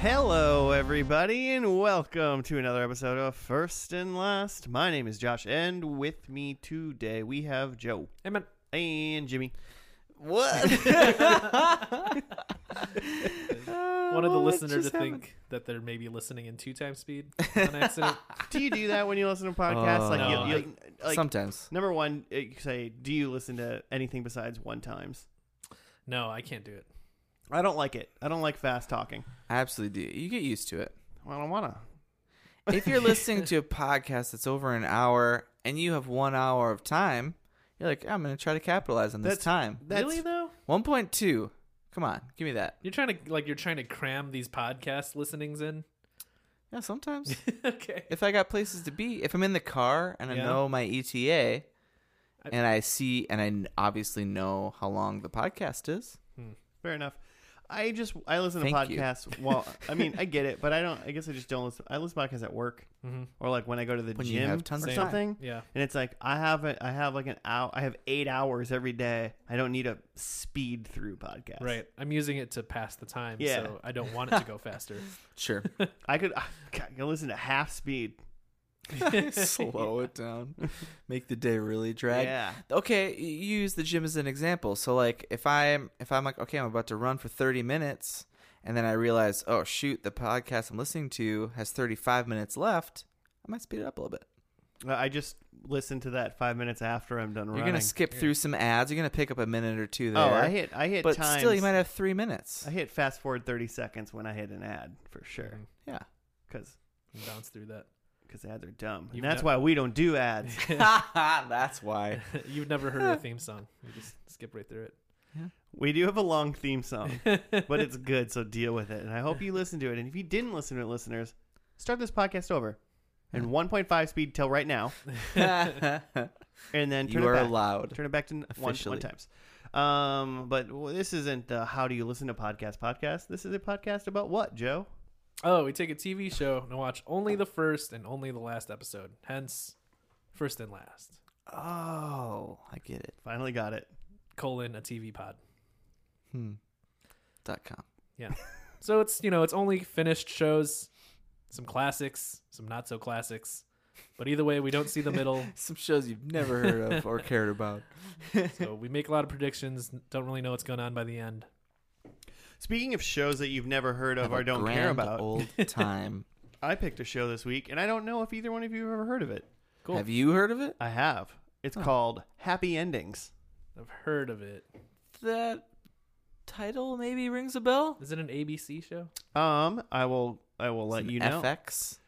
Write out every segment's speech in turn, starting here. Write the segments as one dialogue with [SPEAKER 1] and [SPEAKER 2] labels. [SPEAKER 1] Hello, everybody, and welcome to another episode of First and Last. My name is Josh, and with me today we have Joe
[SPEAKER 2] Hey man,
[SPEAKER 1] and Jimmy.
[SPEAKER 3] What?
[SPEAKER 2] wanted the
[SPEAKER 1] what
[SPEAKER 2] listener to
[SPEAKER 1] Oh, just happened?
[SPEAKER 2] think that they're maybe listening in two times speed on accident.
[SPEAKER 1] Do you do that when you listen to podcasts?
[SPEAKER 3] Oh,
[SPEAKER 1] like,
[SPEAKER 2] no.
[SPEAKER 1] you, you, like
[SPEAKER 3] Sometimes.
[SPEAKER 1] number one, it- say, do you listen to anything besides one times?
[SPEAKER 2] no, I can't do it.
[SPEAKER 1] I don't like it. I don't like fast talking.
[SPEAKER 3] I absolutely do. You get used to it.
[SPEAKER 1] Well, I don't wanna.
[SPEAKER 3] If you're listening to a podcast that's over an hour and you have one hour of time, you're like, I'm going to try to capitalize on this
[SPEAKER 1] That's-
[SPEAKER 3] time.
[SPEAKER 1] That's,
[SPEAKER 2] really though?
[SPEAKER 3] 1.2. Come on, give me that.
[SPEAKER 2] You're trying to like you're trying to cram these podcast listenings in.
[SPEAKER 3] Yeah, sometimes.
[SPEAKER 2] okay.
[SPEAKER 3] if I got places to be, if I'm in the car and I
[SPEAKER 2] Yeah.
[SPEAKER 3] know my ETA and I see and I n- obviously know how long the podcast is,
[SPEAKER 1] Fair enough. I just I listen to
[SPEAKER 3] Thank you.
[SPEAKER 1] podcasts. Well, I mean, I get it, but I don't. I guess I just don't listen. I listen to podcasts at work, or like when I go to the
[SPEAKER 3] When you
[SPEAKER 1] gym
[SPEAKER 3] have tons
[SPEAKER 1] or
[SPEAKER 3] of time.
[SPEAKER 1] something.
[SPEAKER 2] Mm-hmm. Yeah.
[SPEAKER 1] And it's like I have a, I have like an hour. I have eight hours every day. I don't need a speed through podcast.
[SPEAKER 2] Right. I'm using it to pass the time,
[SPEAKER 1] Yeah.
[SPEAKER 2] so I don't want it to go faster.
[SPEAKER 3] sure.
[SPEAKER 1] I could I can listen to half speed.
[SPEAKER 3] Slow it down. Make the day really drag.
[SPEAKER 1] Yeah.
[SPEAKER 3] okay y- you use the gym as an example so like if i'm if i'm like okay i'm about to run for 30 minutes and then i realize oh shoot the podcast i'm listening to has 35 minutes left i might speed it up a little bit
[SPEAKER 1] I just listen to that five minutes after I'm done running.
[SPEAKER 3] you're gonna skip through some ads you're gonna pick up a minute or two there
[SPEAKER 1] Oh, I hit I hit
[SPEAKER 3] but
[SPEAKER 1] times.
[SPEAKER 3] still you might have three minutes
[SPEAKER 1] I hit fast forward thirty seconds when I hit an ad for sure
[SPEAKER 3] yeah
[SPEAKER 1] because
[SPEAKER 2] And Mm, bounce through that.
[SPEAKER 1] ads are dumb.
[SPEAKER 2] You've
[SPEAKER 1] and that's
[SPEAKER 2] ne-
[SPEAKER 1] why we don't do ads.
[SPEAKER 3] that's why
[SPEAKER 2] You've never heard our theme song. You just skip right through it.
[SPEAKER 1] We do have a long theme song, but it's good, so deal with it. And I hope you listen to it. And if you didn't listen to it, listeners, start this podcast over in 1.5 speed till right now, and then turn
[SPEAKER 3] you
[SPEAKER 1] it
[SPEAKER 3] are
[SPEAKER 1] back.
[SPEAKER 3] allowed
[SPEAKER 1] Turn it back to n- one, one
[SPEAKER 3] Officially.
[SPEAKER 1] times. Um, but w this isn't uh, how do you listen to podcast podcast. This is a podcast about what, Joe?
[SPEAKER 2] Oh, we take a TV show and watch only the first and only the last episode. Hence first and last.
[SPEAKER 3] oh i get it
[SPEAKER 1] Finally got it.
[SPEAKER 2] Colon a TV pod.
[SPEAKER 3] hmm dot com
[SPEAKER 2] So it's you know it's only finished shows, some classics, some not so classics, but either way we don't see the middle.
[SPEAKER 3] some shows you've never heard of or cared about
[SPEAKER 2] so we make a lot of predictions, don't really know what's going on by the end.
[SPEAKER 1] Speaking of shows that you've never heard of
[SPEAKER 3] Have a
[SPEAKER 1] or don't care
[SPEAKER 3] grand
[SPEAKER 1] about,
[SPEAKER 3] old time
[SPEAKER 1] I picked a show this week, and I don't know if either one of you have ever heard of it.
[SPEAKER 2] Cool.
[SPEAKER 3] Have you heard of it?
[SPEAKER 1] I have. It's called Happy Endings.
[SPEAKER 2] I've heard of it.
[SPEAKER 3] That title maybe rings a bell.
[SPEAKER 2] Is it an ABC show?
[SPEAKER 1] Um, I will. I will let you know.
[SPEAKER 3] FX.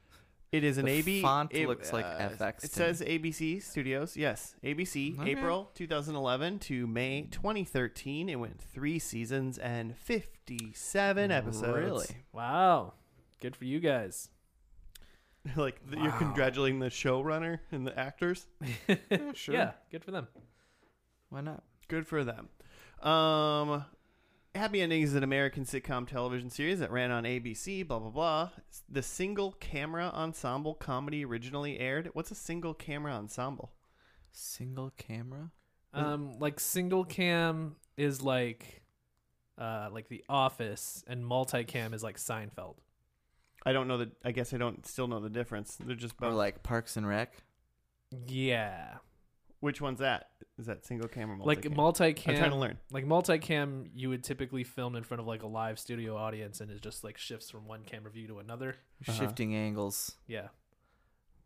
[SPEAKER 1] It is an
[SPEAKER 3] The
[SPEAKER 1] AB.
[SPEAKER 3] font
[SPEAKER 1] it-
[SPEAKER 3] looks like FX
[SPEAKER 1] uh, It
[SPEAKER 3] to me.
[SPEAKER 1] says ABC Studios. Yes, ABC,
[SPEAKER 3] Okay.
[SPEAKER 1] April 2011 to May 2013. It went three seasons and 57 episodes.
[SPEAKER 3] Really?
[SPEAKER 2] Wow, good for you guys.
[SPEAKER 1] like th- you're congratulating the showrunner and the actors.
[SPEAKER 3] sure.
[SPEAKER 2] Yeah, good for them.
[SPEAKER 3] Why not?
[SPEAKER 1] Good for them. Um, Happy Endings is an American sitcom television series that ran on ABC. Blah blah blah. It's The single camera ensemble comedy originally aired. What's a single camera ensemble?
[SPEAKER 3] Single camera.
[SPEAKER 2] Um, like single cam is like, uh, like The Office, and multicam is like Seinfeld.
[SPEAKER 1] I don't know the. I guess I don't still know the difference. They're just
[SPEAKER 3] Or
[SPEAKER 1] both.
[SPEAKER 3] like Parks and Rec.
[SPEAKER 2] Yeah,
[SPEAKER 1] Which one's that? Is that single camera? Multi
[SPEAKER 2] like multicam.
[SPEAKER 1] I'm trying to learn.
[SPEAKER 2] like multicam you would typically film in front of like a live studio audience and it just like shifts from one camera view to another
[SPEAKER 3] You're
[SPEAKER 1] Uh-huh.
[SPEAKER 3] Shifting angles.
[SPEAKER 2] yeah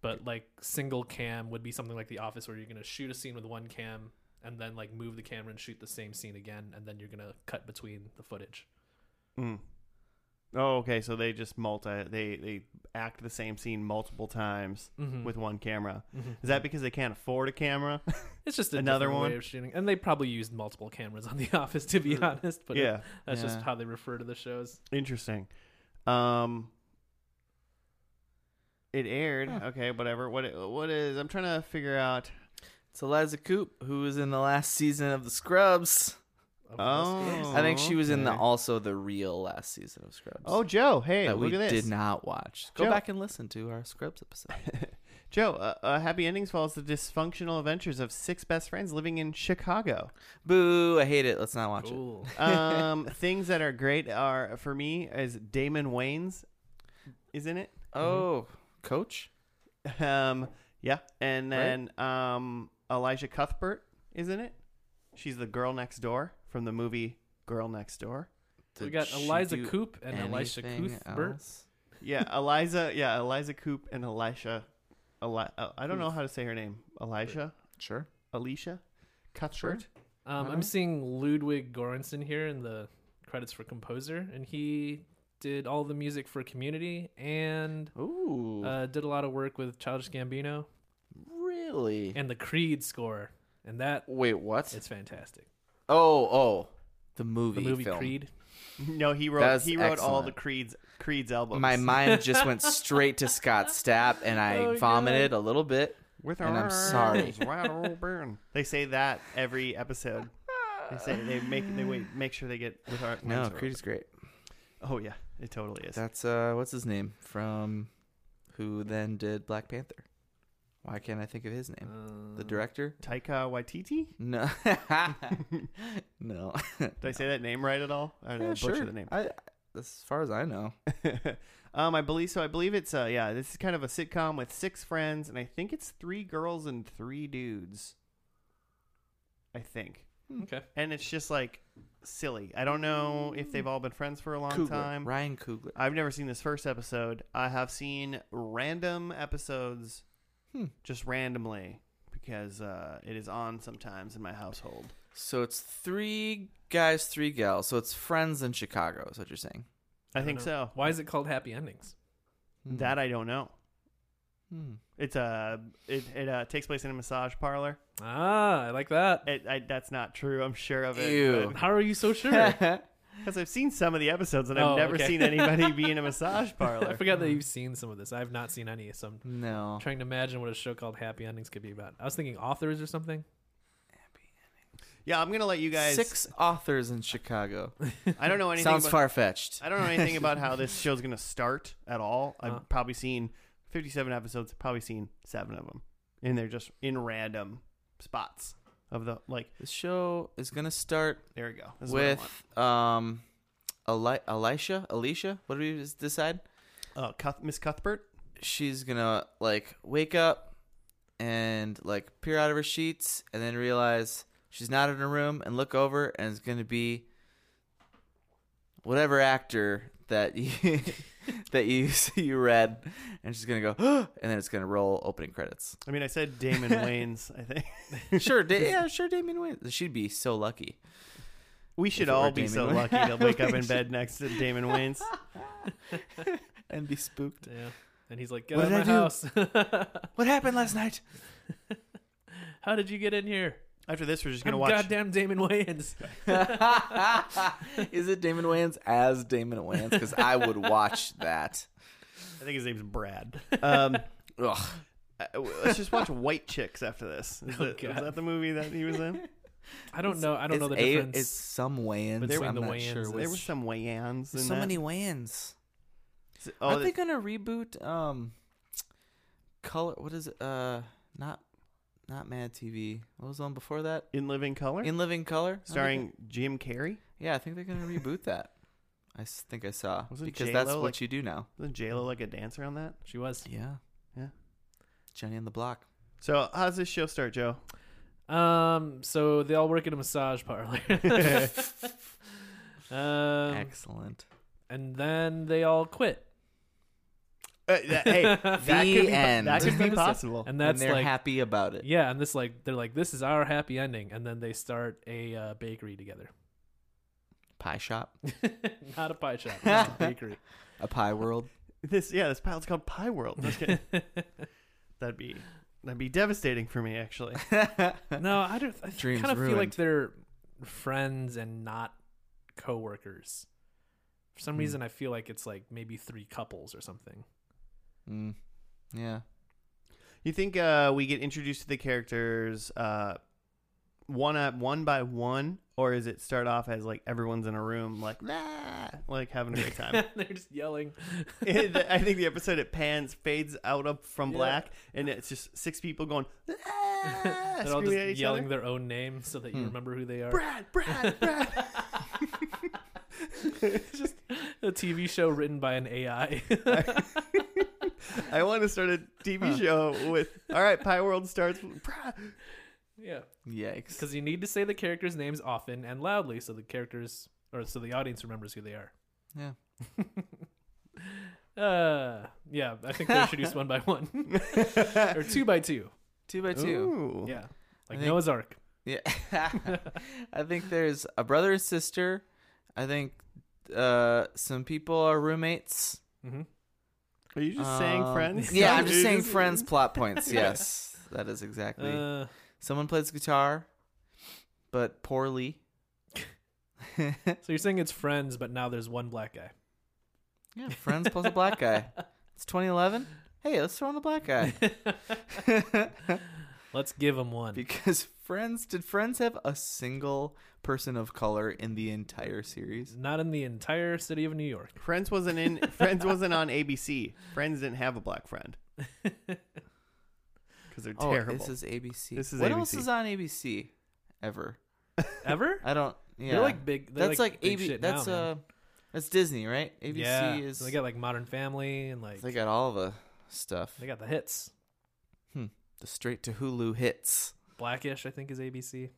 [SPEAKER 2] but like single cam would be something like the office where you're going to shoot a scene with one cam and then like move the camera and shoot the same scene again and then you're going to cut between the footage
[SPEAKER 1] Mm. Oh, okay. So they just multi. They they act the same scene multiple times
[SPEAKER 2] mm-hmm.
[SPEAKER 1] with one camera. Is that because they can't afford a camera?
[SPEAKER 2] it's just a
[SPEAKER 1] another
[SPEAKER 2] another one
[SPEAKER 1] one?
[SPEAKER 2] way of shooting and they probably used multiple cameras on the office to be honest but
[SPEAKER 1] yeah.
[SPEAKER 2] that's just
[SPEAKER 3] Yeah.
[SPEAKER 2] how they refer to the shows
[SPEAKER 1] Interesting. Um. It aired.
[SPEAKER 3] Huh.
[SPEAKER 1] Okay, whatever. What it- what is? I'm trying to figure out.
[SPEAKER 3] It's Eliza Coop, who was in the last season of The Scrubs.
[SPEAKER 2] Of
[SPEAKER 1] Oh.
[SPEAKER 2] those
[SPEAKER 3] I think she was in the
[SPEAKER 1] okay.
[SPEAKER 3] also the real last season of Scrubs.
[SPEAKER 1] Oh, Joe. Hey,
[SPEAKER 3] that
[SPEAKER 1] look
[SPEAKER 3] we
[SPEAKER 1] at this.
[SPEAKER 3] did not watch. Go
[SPEAKER 1] Joe-
[SPEAKER 3] back and listen to our Scrubs episode.
[SPEAKER 1] Joe, uh, uh, Happy Endings follows the dysfunctional adventures of six best friends living in Chicago.
[SPEAKER 3] Boo! I hate it. Let's not watch it.
[SPEAKER 2] Cool.
[SPEAKER 1] Um, things that are great are for me is Damon Wayans, isn't it?
[SPEAKER 3] Oh, Coach.
[SPEAKER 1] Um, yeah, and
[SPEAKER 3] Right?
[SPEAKER 1] then um, Elijah Cuthbert, isn't it? She's the girl next door from the movie Girl Next Door.
[SPEAKER 2] we
[SPEAKER 3] Did
[SPEAKER 2] got
[SPEAKER 3] she
[SPEAKER 2] Eliza
[SPEAKER 3] do
[SPEAKER 2] Coop and Elisha
[SPEAKER 3] anything
[SPEAKER 2] Cuthbert.
[SPEAKER 3] else?
[SPEAKER 1] Yeah, Eliza. Yeah, Eliza Coop and Elisha. Eli- uh, I don't know how to say her name. Elisha,
[SPEAKER 3] Sure.
[SPEAKER 1] Alicia, Cuthbert.
[SPEAKER 2] Um, I'm
[SPEAKER 3] Alright.
[SPEAKER 2] seeing Ludwig Göransson here in the credits for composer, and he did all the music for Community and
[SPEAKER 3] Ooh,
[SPEAKER 2] uh, did a lot of work with Childish Gambino
[SPEAKER 3] really?
[SPEAKER 2] and the Creed score, and that
[SPEAKER 3] Wait, what?
[SPEAKER 2] is fantastic.
[SPEAKER 3] oh, oh,
[SPEAKER 2] The
[SPEAKER 3] the movie.
[SPEAKER 2] movie
[SPEAKER 3] film.
[SPEAKER 2] Creed.
[SPEAKER 1] No, he wrote.
[SPEAKER 3] That's
[SPEAKER 1] he wrote all the
[SPEAKER 3] excellent.
[SPEAKER 1] Creed's Creed's albums.
[SPEAKER 3] My mind just went straight to Scott Stapp, and I
[SPEAKER 2] Oh,
[SPEAKER 3] vomited a little bit.
[SPEAKER 1] With
[SPEAKER 3] and I'm sorry.
[SPEAKER 1] arms wide open. They say that every episode. They say they make they wait make sure they get with our
[SPEAKER 3] No,
[SPEAKER 1] arms
[SPEAKER 3] Creed is great.
[SPEAKER 1] open. Oh yeah, it totally is.
[SPEAKER 3] That's uh, what's his name from, who then did Black Panther? Why can't I think of his name?
[SPEAKER 2] Uh,
[SPEAKER 3] The director?
[SPEAKER 1] Taika Waititi.
[SPEAKER 3] No, no.
[SPEAKER 1] Did I say that name right at all? I don't know,
[SPEAKER 3] Yeah,
[SPEAKER 1] butcher
[SPEAKER 3] sure.
[SPEAKER 1] the name.
[SPEAKER 3] I, as far as I know,
[SPEAKER 1] um, I believe so. I believe it's uh, yeah. This is kind of a sitcom with six friends, and I think it's three girls and three dudes. I think,
[SPEAKER 2] Okay.
[SPEAKER 1] and it's just like silly. I don't know if they've all been friends for a long
[SPEAKER 3] Coogler.
[SPEAKER 1] time.
[SPEAKER 3] Ryan Coogler.
[SPEAKER 1] I've never seen this first episode. I have seen random episodes,
[SPEAKER 3] Hmm.
[SPEAKER 1] just randomly, because uh, it is on sometimes in my household.
[SPEAKER 3] So it's three guys, three gals. So it's friends in Chicago. Is what you're saying?
[SPEAKER 1] I,
[SPEAKER 2] don't
[SPEAKER 1] think
[SPEAKER 2] know.
[SPEAKER 1] so.
[SPEAKER 2] Why is it called Happy Endings?
[SPEAKER 3] Hmm.
[SPEAKER 1] That I don't know.
[SPEAKER 3] Hmm.
[SPEAKER 1] It's uh, it it uh, takes place in a massage parlor.
[SPEAKER 2] Ah, I like that.
[SPEAKER 1] It, I, that's not true. I'm sure of it.
[SPEAKER 3] Ew.
[SPEAKER 2] How are you so sure?
[SPEAKER 1] Because I've seen some of the episodes and
[SPEAKER 2] Oh,
[SPEAKER 1] I've never
[SPEAKER 2] okay.
[SPEAKER 1] seen anybody be in a massage
[SPEAKER 2] I
[SPEAKER 1] parlor.
[SPEAKER 2] forgot that you've seen some of this. I have not seen any, so I'm
[SPEAKER 3] no.
[SPEAKER 2] trying to imagine what a show called Happy Endings could be about. I was thinking authors or something.
[SPEAKER 1] Yeah, I'm gonna let you guys.
[SPEAKER 3] Six authors in Chicago.
[SPEAKER 1] I don't know anything.
[SPEAKER 3] Sounds
[SPEAKER 1] about,
[SPEAKER 3] far fetched.
[SPEAKER 1] I don't know anything about how this show's gonna start at all. I've
[SPEAKER 2] Huh.
[SPEAKER 1] probably seen 57 episodes. Probably seen seven of them, and they're just in random spots of the like.
[SPEAKER 3] The show is gonna start
[SPEAKER 1] There we go. This is what I want.
[SPEAKER 3] with um, Eli- Elisha. Alicia. What do we just decide?
[SPEAKER 1] uh, Cuth- Miss Cuthbert.
[SPEAKER 3] She's gonna like wake up and like peer out of her sheets and then realize she's not in her room and look over and it's gonna be whatever actor that you that you you read and she's gonna go and then it's gonna roll opening credits.
[SPEAKER 1] I mean, I said Damon Wayans. I think
[SPEAKER 3] Sure, da- yeah, sure, Damien Wayans. She'd be so lucky.
[SPEAKER 1] we should
[SPEAKER 3] it were
[SPEAKER 1] all be
[SPEAKER 3] Damon
[SPEAKER 1] so
[SPEAKER 3] Wayans.
[SPEAKER 1] lucky to wake up
[SPEAKER 3] We
[SPEAKER 1] in
[SPEAKER 3] should.
[SPEAKER 1] bed next to Damon Wayans.
[SPEAKER 3] and be spooked.
[SPEAKER 2] Yeah. And he's like, get
[SPEAKER 3] What
[SPEAKER 2] out of
[SPEAKER 3] did
[SPEAKER 2] my
[SPEAKER 3] I
[SPEAKER 2] house.
[SPEAKER 3] What happened last night?
[SPEAKER 2] How did you get in here?
[SPEAKER 1] After this, we're just gonna
[SPEAKER 2] I'm
[SPEAKER 1] watch.
[SPEAKER 2] goddamn Damon Wayans.
[SPEAKER 3] Is it Damon Wayans as Damon Wayans? Because I would watch that.
[SPEAKER 1] I think his name's Brad. Um,
[SPEAKER 3] Ugh.
[SPEAKER 1] Uh, let's just watch White Chicks after this. Is,
[SPEAKER 2] Oh,
[SPEAKER 1] that- is
[SPEAKER 2] God.
[SPEAKER 1] that the movie that he was in?
[SPEAKER 2] I don't know. I don't
[SPEAKER 3] It's
[SPEAKER 2] know the
[SPEAKER 3] a-
[SPEAKER 2] difference.
[SPEAKER 3] It's some Wayans.
[SPEAKER 2] between
[SPEAKER 3] I'm
[SPEAKER 2] the
[SPEAKER 3] not
[SPEAKER 2] Wayans
[SPEAKER 3] sure.
[SPEAKER 2] and-
[SPEAKER 3] which-
[SPEAKER 1] There were some Wayans. In
[SPEAKER 3] There's so
[SPEAKER 1] that.
[SPEAKER 3] many Wayans.
[SPEAKER 1] Oh,
[SPEAKER 3] Aren't
[SPEAKER 1] that-
[SPEAKER 3] they gonna reboot? Um, color. What is it? Uh, not, not Mad TV. What was the one before that?
[SPEAKER 1] in Living Color,
[SPEAKER 3] In Living Color, Aren't they
[SPEAKER 1] starring Jim Carrey.
[SPEAKER 3] gonna- yeah, I think they're gonna reboot that. I s- think I saw
[SPEAKER 1] Wasn't
[SPEAKER 3] because
[SPEAKER 1] J-Lo,
[SPEAKER 3] that's what
[SPEAKER 1] like-
[SPEAKER 3] you do now.
[SPEAKER 1] Wasn't J Lo like a dancer on that?
[SPEAKER 2] she was.
[SPEAKER 3] Yeah.
[SPEAKER 1] Yeah.
[SPEAKER 3] Jenny and the Block.
[SPEAKER 1] So how's this show start, Joe?
[SPEAKER 2] Um. So they all work at a massage parlor. um.
[SPEAKER 3] Excellent.
[SPEAKER 2] And then they all quit.
[SPEAKER 1] Uh, that- hey, that could be,
[SPEAKER 3] end.
[SPEAKER 1] That could be
[SPEAKER 2] Listen,
[SPEAKER 1] possible.
[SPEAKER 2] And
[SPEAKER 3] And
[SPEAKER 2] that's
[SPEAKER 3] they're
[SPEAKER 2] like,
[SPEAKER 3] happy about it.
[SPEAKER 2] yeah. And this like, they're like, this is our happy ending. And then they start a uh, bakery together.
[SPEAKER 3] Pie shop,
[SPEAKER 2] Not a pie shop. it's a bakery.
[SPEAKER 3] a pie world.
[SPEAKER 1] This yeah, this pilot's called Pie World. No, just kidding. that'd be that'd be devastating for me actually.
[SPEAKER 2] No, I don't. I
[SPEAKER 3] Dreams
[SPEAKER 2] kind of feel
[SPEAKER 3] ruined.
[SPEAKER 2] like they're friends and not coworkers. For some
[SPEAKER 3] Hmm.
[SPEAKER 2] reason, I feel like it's like maybe three couples or something.
[SPEAKER 3] Mm. Yeah.
[SPEAKER 1] You think uh, we get introduced to the characters uh, one at one by one, or is it start off as like everyone's in a room, like "Rah," like having a great time?
[SPEAKER 2] They're just yelling.
[SPEAKER 1] It- I think the episode it pans, fades out up from
[SPEAKER 2] Yeah.
[SPEAKER 1] black, and it's just six people going "Rah,"
[SPEAKER 2] They're all
[SPEAKER 1] Ah, screaming at
[SPEAKER 2] just
[SPEAKER 1] each
[SPEAKER 2] yelling
[SPEAKER 1] other.
[SPEAKER 2] their own name so that you
[SPEAKER 3] Hmm.
[SPEAKER 2] remember who they are.
[SPEAKER 1] Brad, Brad, Brad.
[SPEAKER 2] It's just a TV show written by an AI.
[SPEAKER 1] I want to start a TV
[SPEAKER 3] Huh.
[SPEAKER 1] show with all right. Pie World starts. with Brad.
[SPEAKER 2] yeah.
[SPEAKER 3] Yikes.
[SPEAKER 2] Because you need to say the characters' names often and loudly so the characters or so the audience remembers who they are.
[SPEAKER 3] Yeah.
[SPEAKER 2] Uh, yeah, I think they introduced one by one or two by two.
[SPEAKER 3] Two by two.
[SPEAKER 1] Ooh.
[SPEAKER 2] Yeah, like
[SPEAKER 3] think-
[SPEAKER 2] Noah's Ark.
[SPEAKER 3] Yeah. I think there's a brother and sister. I think uh, some people are roommates.
[SPEAKER 2] Mm-hmm.
[SPEAKER 1] Are you just saying
[SPEAKER 3] Um,
[SPEAKER 1] friends?
[SPEAKER 3] Yeah, I'm
[SPEAKER 1] You're
[SPEAKER 3] just saying friends plot points. Yes. that is exactly.
[SPEAKER 2] Uh,
[SPEAKER 3] Someone plays guitar, but poorly.
[SPEAKER 2] so you're saying it's Friends, but now there's one black guy.
[SPEAKER 3] yeah, friends plus a black guy. It's 2011. Hey, let's throw in the black guy.
[SPEAKER 2] Let's give him one.
[SPEAKER 3] because friends, did friends have a single person of color in the entire series?
[SPEAKER 2] Not in the entire city of New York.
[SPEAKER 1] Friends wasn't in. Friends wasn't on ABC. Friends didn't have a black friend because they're terrible.
[SPEAKER 3] Oh, this is ABC.
[SPEAKER 1] This is
[SPEAKER 3] what else
[SPEAKER 1] ABC.
[SPEAKER 3] is on ABC ever?
[SPEAKER 2] Ever?
[SPEAKER 3] I don't. Yeah,
[SPEAKER 2] They're like big. They're
[SPEAKER 3] that's
[SPEAKER 2] like,
[SPEAKER 3] like,
[SPEAKER 2] big
[SPEAKER 3] ABC.
[SPEAKER 2] shit
[SPEAKER 3] That's
[SPEAKER 2] now, man.
[SPEAKER 3] uh, that's Disney, right? ABC
[SPEAKER 2] yeah.
[SPEAKER 3] is.
[SPEAKER 2] They got like Modern Family and like
[SPEAKER 3] they got all the stuff.
[SPEAKER 2] they got the hits.
[SPEAKER 3] the straight to Hulu hits.
[SPEAKER 2] Blackish, I think, is ABC.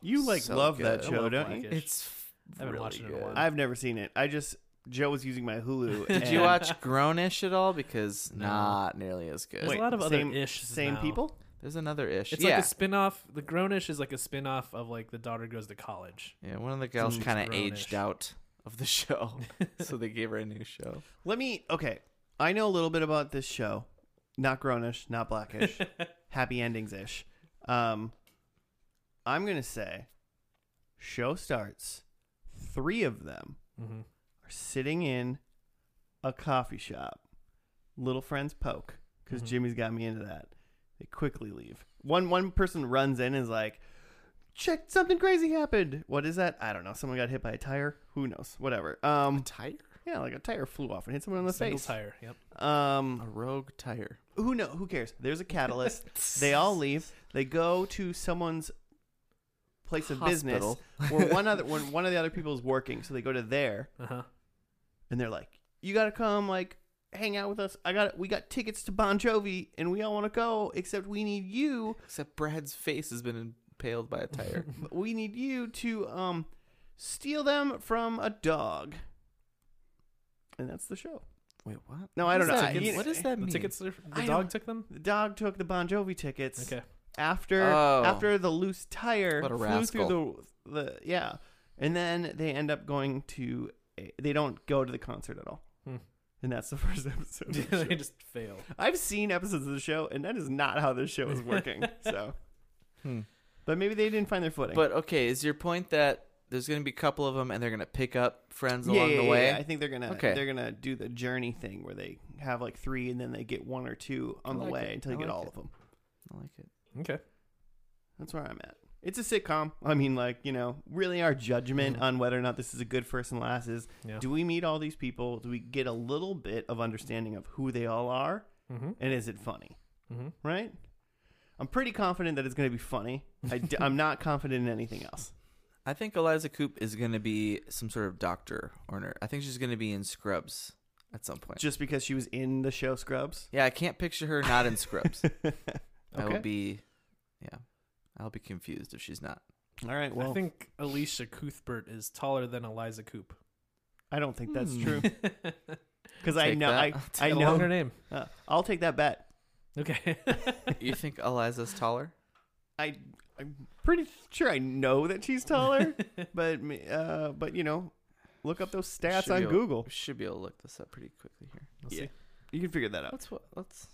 [SPEAKER 1] you like
[SPEAKER 3] so
[SPEAKER 1] love that
[SPEAKER 3] good.
[SPEAKER 1] show,
[SPEAKER 2] I love
[SPEAKER 1] don't
[SPEAKER 2] Blackish.
[SPEAKER 1] you?
[SPEAKER 3] It's f-
[SPEAKER 2] I haven't
[SPEAKER 3] really
[SPEAKER 2] watched it in a
[SPEAKER 3] good.
[SPEAKER 2] while.
[SPEAKER 1] I've never seen it. I just Joe was using my Hulu.
[SPEAKER 3] Did
[SPEAKER 1] and-
[SPEAKER 3] you watch Grownish at all? Because
[SPEAKER 2] No.
[SPEAKER 3] not nearly as good.
[SPEAKER 2] There's
[SPEAKER 1] Wait,
[SPEAKER 2] a lot of other
[SPEAKER 1] same-
[SPEAKER 2] ish.
[SPEAKER 1] Same people.
[SPEAKER 3] There's another ish.
[SPEAKER 2] It's
[SPEAKER 3] yeah,
[SPEAKER 2] like a spin off. The Grownish is like a spin off of like the daughter goes to college.
[SPEAKER 3] yeah. One of the gals
[SPEAKER 2] It's
[SPEAKER 3] kind of
[SPEAKER 2] Grown-ish.
[SPEAKER 3] aged out of the show, so they gave her a new show.
[SPEAKER 1] Let me. Okay, I know a little bit about this show. Not grownish, not blackish, happy endings ish. Um, I'm gonna say, show starts. Three of them
[SPEAKER 2] Mm-hmm.
[SPEAKER 1] are sitting in a coffee shop. Little friends poke because
[SPEAKER 2] Mhm.
[SPEAKER 1] Jimmy's got me into that. They quickly leave. One one person runs in and is like, "Check something crazy happened. What is that? I don't know. Someone got hit by a tire. Who knows? Whatever. Um,
[SPEAKER 3] Tire,
[SPEAKER 1] yeah, like a tire flew off and hit someone in the
[SPEAKER 2] Single
[SPEAKER 1] face.
[SPEAKER 2] tire. Yep.
[SPEAKER 1] Um,
[SPEAKER 3] a rogue tire.
[SPEAKER 1] who know? Who cares? There's a catalyst. they all leave. They go to someone's place of
[SPEAKER 3] Hospital.
[SPEAKER 1] business where one other when one of the other people is working. So they go to there
[SPEAKER 2] Uh huh.
[SPEAKER 1] and they're like, "You gotta come, like, hang out with us. I got we got tickets to Bon Jovi, and we all want to go, except we need you.
[SPEAKER 3] Except Brad's face has been impaled by a tire.
[SPEAKER 1] But we need you to um steal them from a dog." And that's the show.
[SPEAKER 3] Wait, what?
[SPEAKER 1] No, I
[SPEAKER 3] What
[SPEAKER 1] don't
[SPEAKER 3] does
[SPEAKER 1] know.
[SPEAKER 3] that-
[SPEAKER 1] You-
[SPEAKER 3] what does that
[SPEAKER 2] The
[SPEAKER 3] mean?
[SPEAKER 2] tickets. are- The
[SPEAKER 1] I
[SPEAKER 2] dog
[SPEAKER 1] don't-
[SPEAKER 2] took them.
[SPEAKER 1] The dog took the Bon Jovi tickets
[SPEAKER 2] Okay.
[SPEAKER 1] after
[SPEAKER 3] Oh.
[SPEAKER 1] after the loose tire
[SPEAKER 3] What a
[SPEAKER 1] flew through the the yeah, and then they end up going to a- they don't go to the concert at all,
[SPEAKER 2] Hmm.
[SPEAKER 1] and that's the first episode. of the show.
[SPEAKER 2] they just fail.
[SPEAKER 1] I've seen episodes of the show, and that is not how this show is working. so,
[SPEAKER 3] Hmm.
[SPEAKER 1] but maybe they didn't find their footing.
[SPEAKER 3] But okay, is your point that there's going to be a couple of them and they're going to pick up friends along the way?
[SPEAKER 1] I think they're gonna
[SPEAKER 3] Okay.
[SPEAKER 1] they're gonna do the journey thing where they have like three, and then they get one or two on
[SPEAKER 3] I
[SPEAKER 1] the
[SPEAKER 3] like
[SPEAKER 1] way
[SPEAKER 3] it.
[SPEAKER 1] until
[SPEAKER 3] I
[SPEAKER 1] they get
[SPEAKER 3] like
[SPEAKER 1] all
[SPEAKER 3] it.
[SPEAKER 1] of them.
[SPEAKER 3] I like it.
[SPEAKER 2] Okay.
[SPEAKER 1] That's where I'm at. It's a sitcom. I mean, like you know, really, our judgment
[SPEAKER 2] Mhm.
[SPEAKER 1] on whether or not this is a good first and last is:
[SPEAKER 2] Yeah.
[SPEAKER 1] do we meet all these people? Do we get a little bit of understanding of who they all are,
[SPEAKER 2] Mm-hmm.
[SPEAKER 1] and is it funny?
[SPEAKER 2] Mm-hmm.
[SPEAKER 1] Right? I'm pretty confident that it's going to be funny. I d- I'm not confident in anything else.
[SPEAKER 3] I think Eliza Coop is going to be some sort of doctor or ner- I think she's going to be in Scrubs at some point.
[SPEAKER 1] just because she was in the show Scrubs.
[SPEAKER 3] yeah, I can't picture her not in Scrubs. I
[SPEAKER 1] Okay.
[SPEAKER 3] will be, yeah, I'll be confused if she's not.
[SPEAKER 1] All right. Well,
[SPEAKER 2] I think Alicia Cuthbert is taller than Eliza Coop.
[SPEAKER 1] I don't think that's
[SPEAKER 3] Hmm.
[SPEAKER 1] true because I
[SPEAKER 3] Take
[SPEAKER 1] know
[SPEAKER 3] that.
[SPEAKER 1] I, I
[SPEAKER 2] I longer
[SPEAKER 1] know.
[SPEAKER 2] name.
[SPEAKER 1] Uh, I'll take that bet.
[SPEAKER 2] Okay.
[SPEAKER 3] You think Eliza's taller?
[SPEAKER 1] I I'm pretty sure I know that she's taller, but uh, but you know, look up those stats
[SPEAKER 3] Should
[SPEAKER 1] on
[SPEAKER 3] be able-
[SPEAKER 1] Google.
[SPEAKER 3] We should be able to look this up pretty quickly here.
[SPEAKER 2] We'll see.
[SPEAKER 1] You can figure that out.
[SPEAKER 3] Let's wa- let's.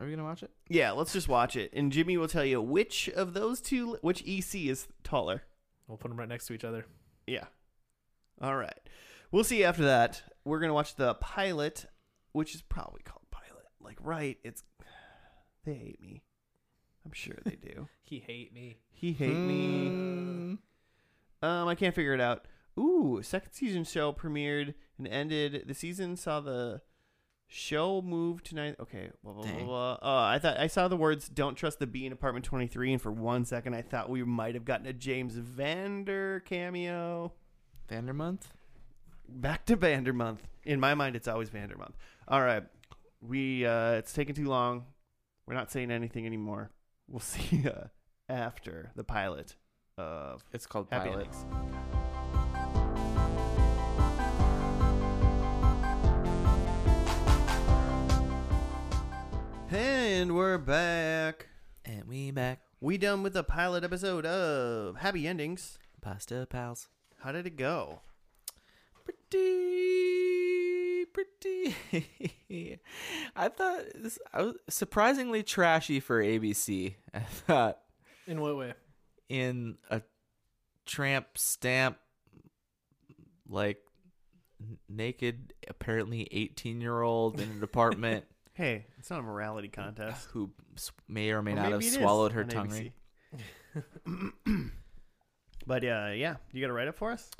[SPEAKER 3] Are we gonna watch it?
[SPEAKER 1] Yeah, let's just watch it, and Jimmy will tell you which of those two, which EC is taller.
[SPEAKER 2] We'll put them right next to each other.
[SPEAKER 1] Yeah. All right. We'll see you after that. We're gonna watch the pilot, which is probably called pilot. Like, right? It's they hate me. I'm sure they do.
[SPEAKER 2] He hate me.
[SPEAKER 1] He hate me.
[SPEAKER 3] Mm.
[SPEAKER 1] Um, I can't figure it out. Ooh, second season show premiered and ended. The season saw the show move to ninth. Okay, blah blah blah.
[SPEAKER 3] Dang.
[SPEAKER 1] blah. Uh, I thought I saw the words "Don't trust the bee" in Apartment 23, and for one second I thought we might have gotten a James Vander cameo.
[SPEAKER 3] Vandermonth.
[SPEAKER 1] Back to Vandermonth. In my mind, it's always Vandermonth. All right, we uh, it's taking too long. We're not saying anything anymore. We'll see uh, after the pilot of
[SPEAKER 3] It's called
[SPEAKER 1] Happy
[SPEAKER 3] Pilot.
[SPEAKER 1] Endings. And we're back.
[SPEAKER 3] And we back
[SPEAKER 1] We done with the pilot episode of Happy Endings.
[SPEAKER 3] pasta pals.
[SPEAKER 1] How did it go?
[SPEAKER 3] Pretty, pretty. I thought this I was surprisingly trashy for ABC. I thought
[SPEAKER 2] In what way?
[SPEAKER 3] in a tramp stamp, like n- naked, apparently eighteen-year-old in an apartment
[SPEAKER 1] Hey, it's not a morality contest.
[SPEAKER 3] who s- may or may
[SPEAKER 1] Or
[SPEAKER 3] not have
[SPEAKER 1] maybe it is
[SPEAKER 3] swallowed her
[SPEAKER 1] on
[SPEAKER 3] tongue
[SPEAKER 1] ABC.
[SPEAKER 3] ring.
[SPEAKER 1] but uh, yeah, you got to write it for us.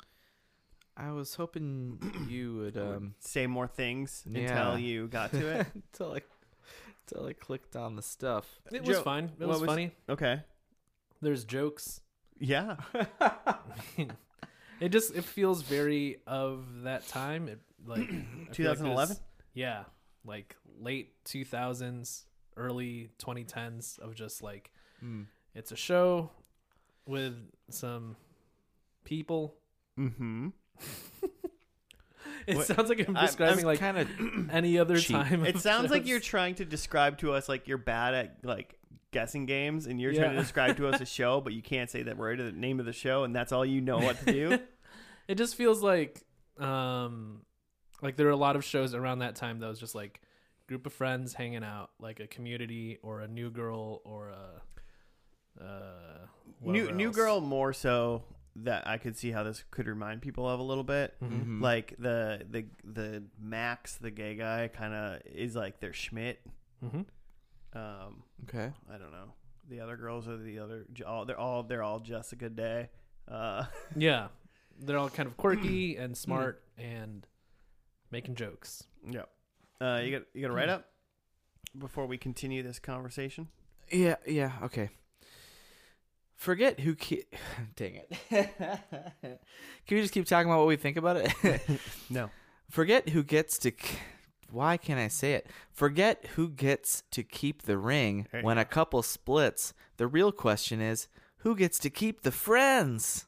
[SPEAKER 3] I was hoping you would um
[SPEAKER 1] Say more things
[SPEAKER 3] yeah.
[SPEAKER 1] until you got to it.
[SPEAKER 3] until I until I clicked on the stuff.
[SPEAKER 2] It was
[SPEAKER 1] Joe,
[SPEAKER 2] fine. It
[SPEAKER 1] what
[SPEAKER 2] was,
[SPEAKER 1] was-
[SPEAKER 2] funny.
[SPEAKER 1] okay.
[SPEAKER 2] There's jokes.
[SPEAKER 1] Yeah.
[SPEAKER 2] it just it feels very of that time. It like I feel like
[SPEAKER 1] 2011?
[SPEAKER 2] there's- yeah, like late 2000s, early 2010s of just like
[SPEAKER 3] Mm.
[SPEAKER 2] it's a show with some people.
[SPEAKER 1] Mm-hmm.
[SPEAKER 2] It
[SPEAKER 1] What-
[SPEAKER 2] sounds like I'm
[SPEAKER 1] I'm-
[SPEAKER 2] describing like
[SPEAKER 3] kind of
[SPEAKER 2] any other
[SPEAKER 3] cheap.
[SPEAKER 2] time.
[SPEAKER 1] It
[SPEAKER 2] of
[SPEAKER 1] sounds like
[SPEAKER 2] shows.
[SPEAKER 1] you're trying to describe to us like you're bad at like guessing games, and you're trying to
[SPEAKER 2] Yeah.
[SPEAKER 1] describe to us a show, but you can't say that word or the name of the show, and that's all you know what to do.
[SPEAKER 2] It just feels like um like there are a lot of shows around that time that was just like group of friends hanging out, like a community or a new girl or a uh
[SPEAKER 1] new
[SPEAKER 2] whatever
[SPEAKER 1] New
[SPEAKER 2] else.
[SPEAKER 1] Girl more so that I could see how this could remind people of a little bit.
[SPEAKER 2] Mm-hmm.
[SPEAKER 3] Mhm.
[SPEAKER 1] Like the the the Max, the gay guy, kind of is like their Schmidt.
[SPEAKER 2] Mhm.
[SPEAKER 1] Um,
[SPEAKER 3] okay.
[SPEAKER 1] I don't know. The other girls are the other. All they're all they're all Jessica Day. Uh,
[SPEAKER 2] Yeah. They're all kind of quirky and smart and making jokes.
[SPEAKER 1] yeah. Uh, you got you got to write up before we continue this conversation.
[SPEAKER 3] Yeah, yeah, okay. Forget who ki- dang it. Can we just keep talking about what we think about it?
[SPEAKER 1] No.
[SPEAKER 3] Forget who gets to k- why can't I say it? Forget who gets to keep the ring
[SPEAKER 1] Hey.
[SPEAKER 3] when a couple splits. The real question is who gets to keep the friends?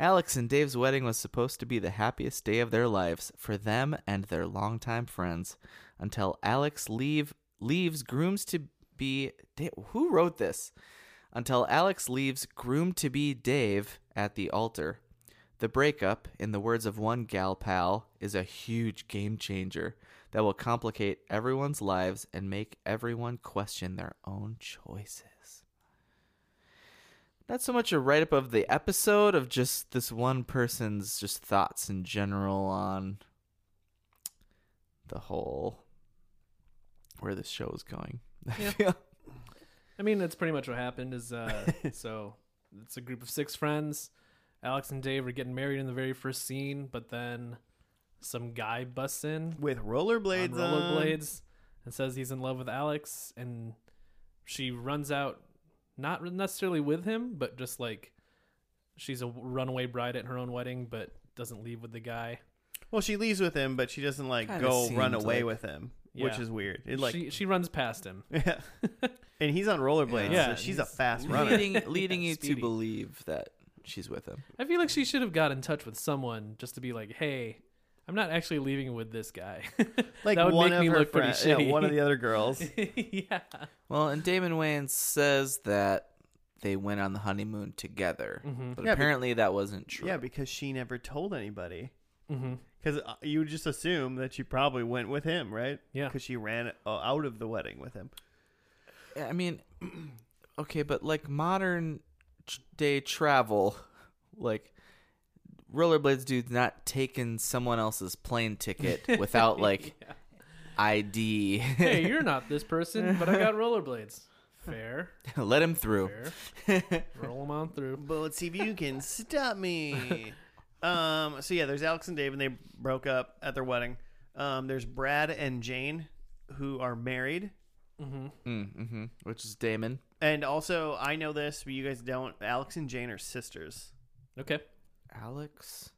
[SPEAKER 3] Alex and Dave's wedding was supposed to be the happiest day of their lives for them and their longtime friends until Alex leave leaves grooms to be Da- who wrote this? Until Alex leaves groom to be Dave at the altar. The breakup, in the words of one gal pal, is a huge game changer that will complicate everyone's lives and make everyone question their own choices. Not so much a write up of the episode of just this one person's just thoughts in general on the whole where this show is going. Yeah.
[SPEAKER 2] I mean, that's pretty much what happened. Is uh, so it's a group of six friends. Alex and Dave are getting married in the very first scene, but then some guy busts in
[SPEAKER 1] With rollerblades, um,
[SPEAKER 2] on rollerblades and says he's in love with Alex, and she runs out, not necessarily with him, but just like she's a runaway bride at her own wedding, but doesn't leave with the guy.
[SPEAKER 1] Well, she leaves with him, but she doesn't like
[SPEAKER 3] Kinda
[SPEAKER 1] go run
[SPEAKER 3] seemed
[SPEAKER 1] away
[SPEAKER 3] like-
[SPEAKER 1] with him, which
[SPEAKER 2] Yeah.
[SPEAKER 1] is weird. It like,
[SPEAKER 2] she she runs past him.
[SPEAKER 1] yeah. and he's on rollerblades, so
[SPEAKER 2] Yeah,
[SPEAKER 1] she's a
[SPEAKER 2] he's
[SPEAKER 1] fast runner.
[SPEAKER 3] leading leading
[SPEAKER 2] Yeah,
[SPEAKER 3] you to
[SPEAKER 2] speedy.
[SPEAKER 3] believe that she's with him.
[SPEAKER 2] I feel like she should have got in touch with someone just to be like, "Hey, I'm not actually leaving with this guy."
[SPEAKER 1] Like
[SPEAKER 2] that would
[SPEAKER 1] one
[SPEAKER 2] make
[SPEAKER 1] of
[SPEAKER 2] me
[SPEAKER 1] her
[SPEAKER 2] look pretty
[SPEAKER 1] friend- yeah,
[SPEAKER 2] shitty.
[SPEAKER 1] one of the other girls.
[SPEAKER 2] yeah.
[SPEAKER 3] Well, and Damon Wayans says that they went on the honeymoon together,
[SPEAKER 2] Mhm.
[SPEAKER 3] but
[SPEAKER 1] Yeah, be-
[SPEAKER 3] apparently that wasn't true.
[SPEAKER 1] yeah, because she never told anybody.
[SPEAKER 2] Mm-hmm.
[SPEAKER 1] Because you would just assume that she probably went with him, right?
[SPEAKER 2] Yeah.
[SPEAKER 1] Because she ran uh, out of the wedding with him.
[SPEAKER 3] I mean, okay, but like modern tr- day travel, like rollerblades dude's not taking someone else's plane ticket without like
[SPEAKER 2] Yeah.
[SPEAKER 3] ID.
[SPEAKER 2] Hey, you're not this person, but I got rollerblades. Fair.
[SPEAKER 3] Let him through.
[SPEAKER 2] Fair. Roll them on through.
[SPEAKER 1] But let's see if you can stop me. Um. So yeah, there's Alex and Dave, and they broke up at their wedding. Um. There's Brad and Jane, who are married,
[SPEAKER 2] Mm-hmm.
[SPEAKER 3] Mm-hmm. Which is Damon.
[SPEAKER 1] and also I know this, but you guys don't. Alex and Jane are sisters.
[SPEAKER 2] Okay,
[SPEAKER 3] Alex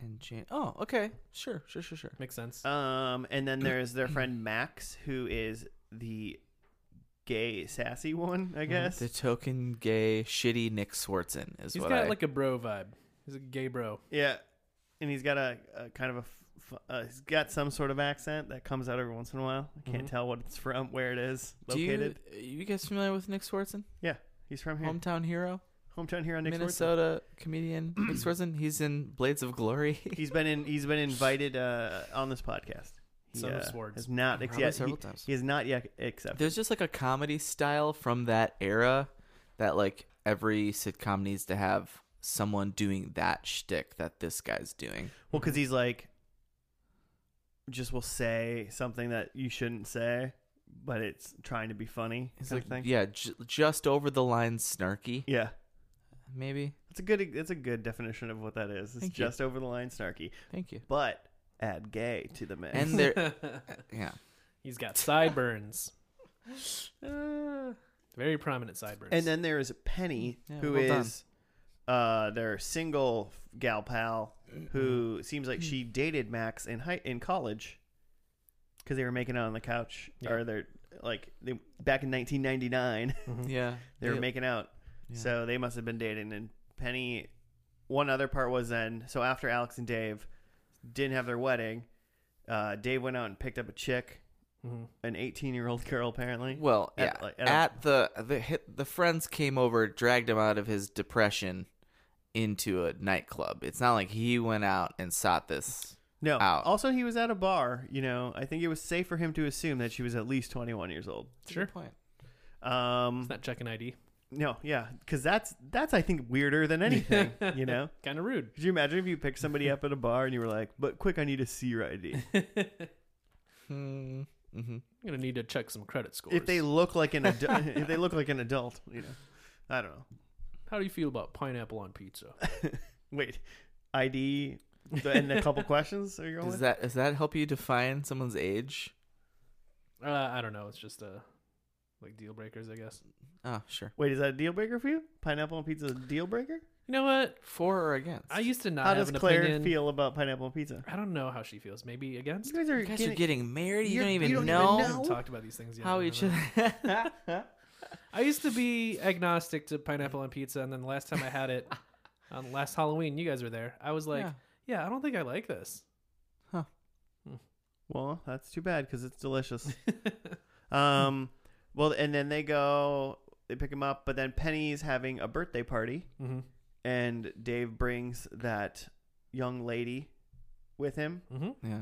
[SPEAKER 3] and Jane. Oh, okay. Sure, sure, sure, sure.
[SPEAKER 2] makes sense.
[SPEAKER 1] Um. And then there's their friend Max, who is the gay sassy one, I guess.
[SPEAKER 3] The token gay shitty Nick Swartzen is
[SPEAKER 2] He's
[SPEAKER 3] what
[SPEAKER 2] got
[SPEAKER 3] I
[SPEAKER 2] like a bro vibe. He's a gay bro.
[SPEAKER 1] Yeah, and he's got a, a kind of a f- uh, he's got some sort of accent that comes out every once in a while. I can't
[SPEAKER 2] Mhm.
[SPEAKER 1] tell what it's from, where it is
[SPEAKER 3] Mm-hmm. Do you,
[SPEAKER 1] located.
[SPEAKER 3] uh, you guys familiar with Nick Swartzen?
[SPEAKER 1] He's from here,
[SPEAKER 3] Hometown hero,
[SPEAKER 1] hometown here on Nick Minnesota.
[SPEAKER 3] Minnesota comedian Nick Swartzen. He's in Blades of Glory.
[SPEAKER 1] He's been in. He's been invited uh, on this podcast. He,
[SPEAKER 2] Son of
[SPEAKER 1] uh,
[SPEAKER 2] Swords.
[SPEAKER 1] Has not ex-
[SPEAKER 3] Probably
[SPEAKER 1] yet.
[SPEAKER 3] several
[SPEAKER 1] He,
[SPEAKER 3] times.
[SPEAKER 1] he has not yet accepted.
[SPEAKER 3] There's just like a comedy style from that era that like every sitcom needs to have someone doing that shtick that this guy's doing.
[SPEAKER 1] Well, because he's like, just will say something that you shouldn't say, but it's trying to be funny.
[SPEAKER 3] He's
[SPEAKER 1] kind
[SPEAKER 3] like,
[SPEAKER 1] of thing.
[SPEAKER 3] yeah, j- just over the line snarky,
[SPEAKER 1] yeah.
[SPEAKER 3] maybe.
[SPEAKER 1] That's a good. That's a good definition of what that is. It's
[SPEAKER 3] Thank you.
[SPEAKER 1] just over the line snarky,
[SPEAKER 3] Thank you.
[SPEAKER 1] but add gay to the mix.
[SPEAKER 3] And there,
[SPEAKER 1] Eh.
[SPEAKER 3] yeah.
[SPEAKER 2] He's got sideburns. Very prominent sideburns.
[SPEAKER 1] Uh. And then there is Penny,
[SPEAKER 3] Yeah,
[SPEAKER 1] who
[SPEAKER 3] well
[SPEAKER 1] is
[SPEAKER 3] done.
[SPEAKER 1] uh,
[SPEAKER 3] Mm-hmm.
[SPEAKER 1] their single f- gal pal, who seems like she dated Max in high in college because they were making out on the couch,
[SPEAKER 2] Yeah.
[SPEAKER 1] or they're like they back in 1999
[SPEAKER 3] Yeah.
[SPEAKER 1] they were making out,
[SPEAKER 3] Yeah.
[SPEAKER 1] so they must have been dating. And Penny, one other part was then so after Alex and Dave didn't have their wedding, uh, Dave went out and picked up a chick,
[SPEAKER 2] Mhm.
[SPEAKER 1] an 18 year old girl apparently.
[SPEAKER 3] Well,
[SPEAKER 1] At,
[SPEAKER 3] yeah.
[SPEAKER 1] like, at
[SPEAKER 3] at
[SPEAKER 1] a-
[SPEAKER 3] the the hit, the friends came over, dragged him out of his depression into a nightclub. It's not like he went out and sought this.
[SPEAKER 1] No.
[SPEAKER 3] out.
[SPEAKER 1] Also, he was at a bar. You know, I think it was safe for him to assume that she was at least 21 years old.
[SPEAKER 2] Sure.
[SPEAKER 3] point.
[SPEAKER 2] It's
[SPEAKER 1] Um,
[SPEAKER 2] not checking ID.
[SPEAKER 1] no, yeah, because that's that's I think weirder than anything. you know,
[SPEAKER 2] Kind of rude.
[SPEAKER 1] could you imagine if you picked somebody up at a bar and you were like, "But quick, I need to see your ID."
[SPEAKER 3] Hmm. Mhm.
[SPEAKER 2] I'm gonna need to check some credit scores.
[SPEAKER 1] if they look like an adult, if they look like an adult, you know, I don't know.
[SPEAKER 2] How do you feel about pineapple on pizza?
[SPEAKER 1] Wait, ID th- and a couple questions. Are you going?
[SPEAKER 3] Does
[SPEAKER 1] with?
[SPEAKER 3] that does that help you define someone's age?
[SPEAKER 2] Uh, I don't know. It's just uh, like deal breakers, I guess.
[SPEAKER 3] Oh, sure.
[SPEAKER 1] Wait, is that a deal breaker for you? Pineapple on pizza is a deal breaker?
[SPEAKER 2] You know what?
[SPEAKER 3] For or against?
[SPEAKER 2] I used to not
[SPEAKER 1] How
[SPEAKER 2] have
[SPEAKER 1] does
[SPEAKER 2] an
[SPEAKER 1] Claire
[SPEAKER 2] opinion.
[SPEAKER 1] feel about pineapple on pizza?
[SPEAKER 2] I don't know how she feels. Maybe
[SPEAKER 1] You
[SPEAKER 2] against.
[SPEAKER 1] guys are
[SPEAKER 3] you guys
[SPEAKER 1] getting,
[SPEAKER 3] are getting married. You
[SPEAKER 1] You're-
[SPEAKER 3] don't even
[SPEAKER 1] you don't even
[SPEAKER 3] know,
[SPEAKER 2] We haven't
[SPEAKER 1] know
[SPEAKER 2] talked about these things yet.
[SPEAKER 3] how
[SPEAKER 2] I
[SPEAKER 3] each
[SPEAKER 2] don't know.
[SPEAKER 3] other.
[SPEAKER 2] I used to be agnostic to pineapple on pizza, and then the last time I had it on last Halloween, you guys were there. I was like,
[SPEAKER 3] Yeah.
[SPEAKER 2] yeah, I don't think I like this.
[SPEAKER 1] Well, that's too bad because it's delicious. um, well, and then they go, they pick him up, but then Penny's having a birthday party,
[SPEAKER 2] Mm-hmm.
[SPEAKER 1] and Dave brings that young lady with him,
[SPEAKER 2] Mm-hmm.
[SPEAKER 3] yeah.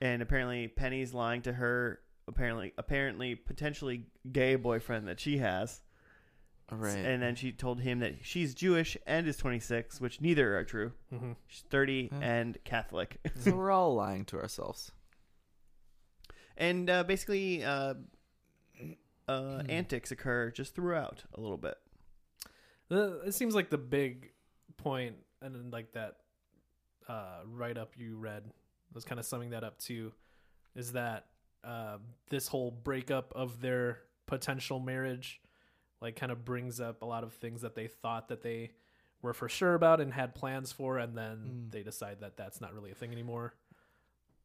[SPEAKER 1] and apparently Penny's lying to her apparently apparently potentially gay boyfriend that she has
[SPEAKER 3] All right.
[SPEAKER 1] and then she told him that she's jewish and is 26 which neither are true
[SPEAKER 2] Mm-hmm.
[SPEAKER 1] she's 30
[SPEAKER 3] Yeah.
[SPEAKER 1] and catholic
[SPEAKER 3] so we're all lying to ourselves.
[SPEAKER 1] and uh, basically uh, uh,
[SPEAKER 2] Hmm.
[SPEAKER 1] antics occur just throughout a little bit.
[SPEAKER 2] The, it seems like the big point, and then like that uh, write up you read was kind of summing that up too, is that uh, this whole breakup of their potential marriage, like, kind of brings up a lot of things that they thought that they were for sure about and had plans for, and then
[SPEAKER 3] Mm.
[SPEAKER 2] they decide that that's not really a thing anymore.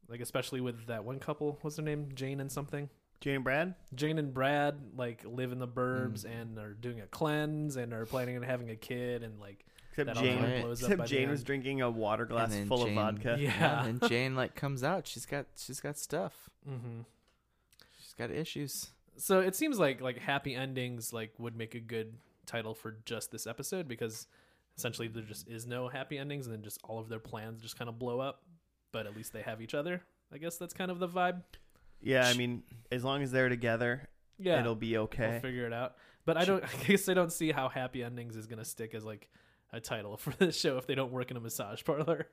[SPEAKER 2] Like, especially with that one couple, what's their name? Jane and something.
[SPEAKER 1] Jane and Brad,
[SPEAKER 2] Jane and Brad like live in the burbs and are doing a cleanse and are planning on having a kid and like
[SPEAKER 1] except
[SPEAKER 2] That all
[SPEAKER 1] Jane,
[SPEAKER 3] kinda Right.
[SPEAKER 2] blows up by
[SPEAKER 1] except
[SPEAKER 2] the
[SPEAKER 1] Jane
[SPEAKER 2] end.
[SPEAKER 1] was drinking a water glass
[SPEAKER 3] then
[SPEAKER 1] full
[SPEAKER 3] Jane-
[SPEAKER 1] of vodka.
[SPEAKER 2] yeah,
[SPEAKER 3] And then Jane like comes out. She's got she's got stuff.
[SPEAKER 2] hmm
[SPEAKER 3] She's got issues.
[SPEAKER 2] so it seems like like happy endings like would make a good title for just this episode because essentially there just is no happy endings and then just all of their plans just kind of blow up but at least they have each other i guess that's kind of the vibe
[SPEAKER 1] Yeah, I mean, as long as they're together,
[SPEAKER 2] yeah
[SPEAKER 1] it'll be
[SPEAKER 2] we'll
[SPEAKER 1] okay.
[SPEAKER 2] figure it out but i don't i guess i don't see how happy endings is gonna stick as like a title for the show if they don't work in a massage parlor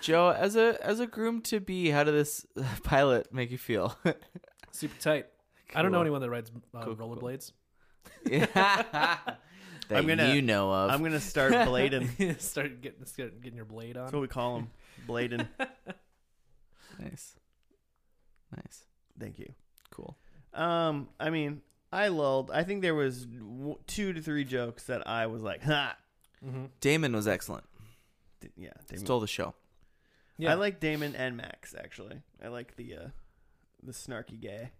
[SPEAKER 3] Joe, as a as a groom to be, how did this pilot make you feel?
[SPEAKER 2] super tight I don't know
[SPEAKER 3] Cool.
[SPEAKER 2] anyone that rides uh,
[SPEAKER 3] Cool, cool, cool.
[SPEAKER 2] rollerblades.
[SPEAKER 3] that
[SPEAKER 1] I'm gonna-
[SPEAKER 3] you know of.
[SPEAKER 1] I'm gonna start blading.
[SPEAKER 2] start getting start getting your blade on.
[SPEAKER 1] That's what we call them, blading.
[SPEAKER 3] nice, nice,
[SPEAKER 1] Thank you.
[SPEAKER 3] cool.
[SPEAKER 1] Um, I mean, I lulled. I think there was w- two to three jokes that I was like, ha.
[SPEAKER 2] hmm
[SPEAKER 3] Damon was excellent.
[SPEAKER 1] D- Yeah, Damon.
[SPEAKER 3] Stole the show.
[SPEAKER 2] Yeah,
[SPEAKER 1] I like Damon and Max actually. I like the uh, the snarky guy.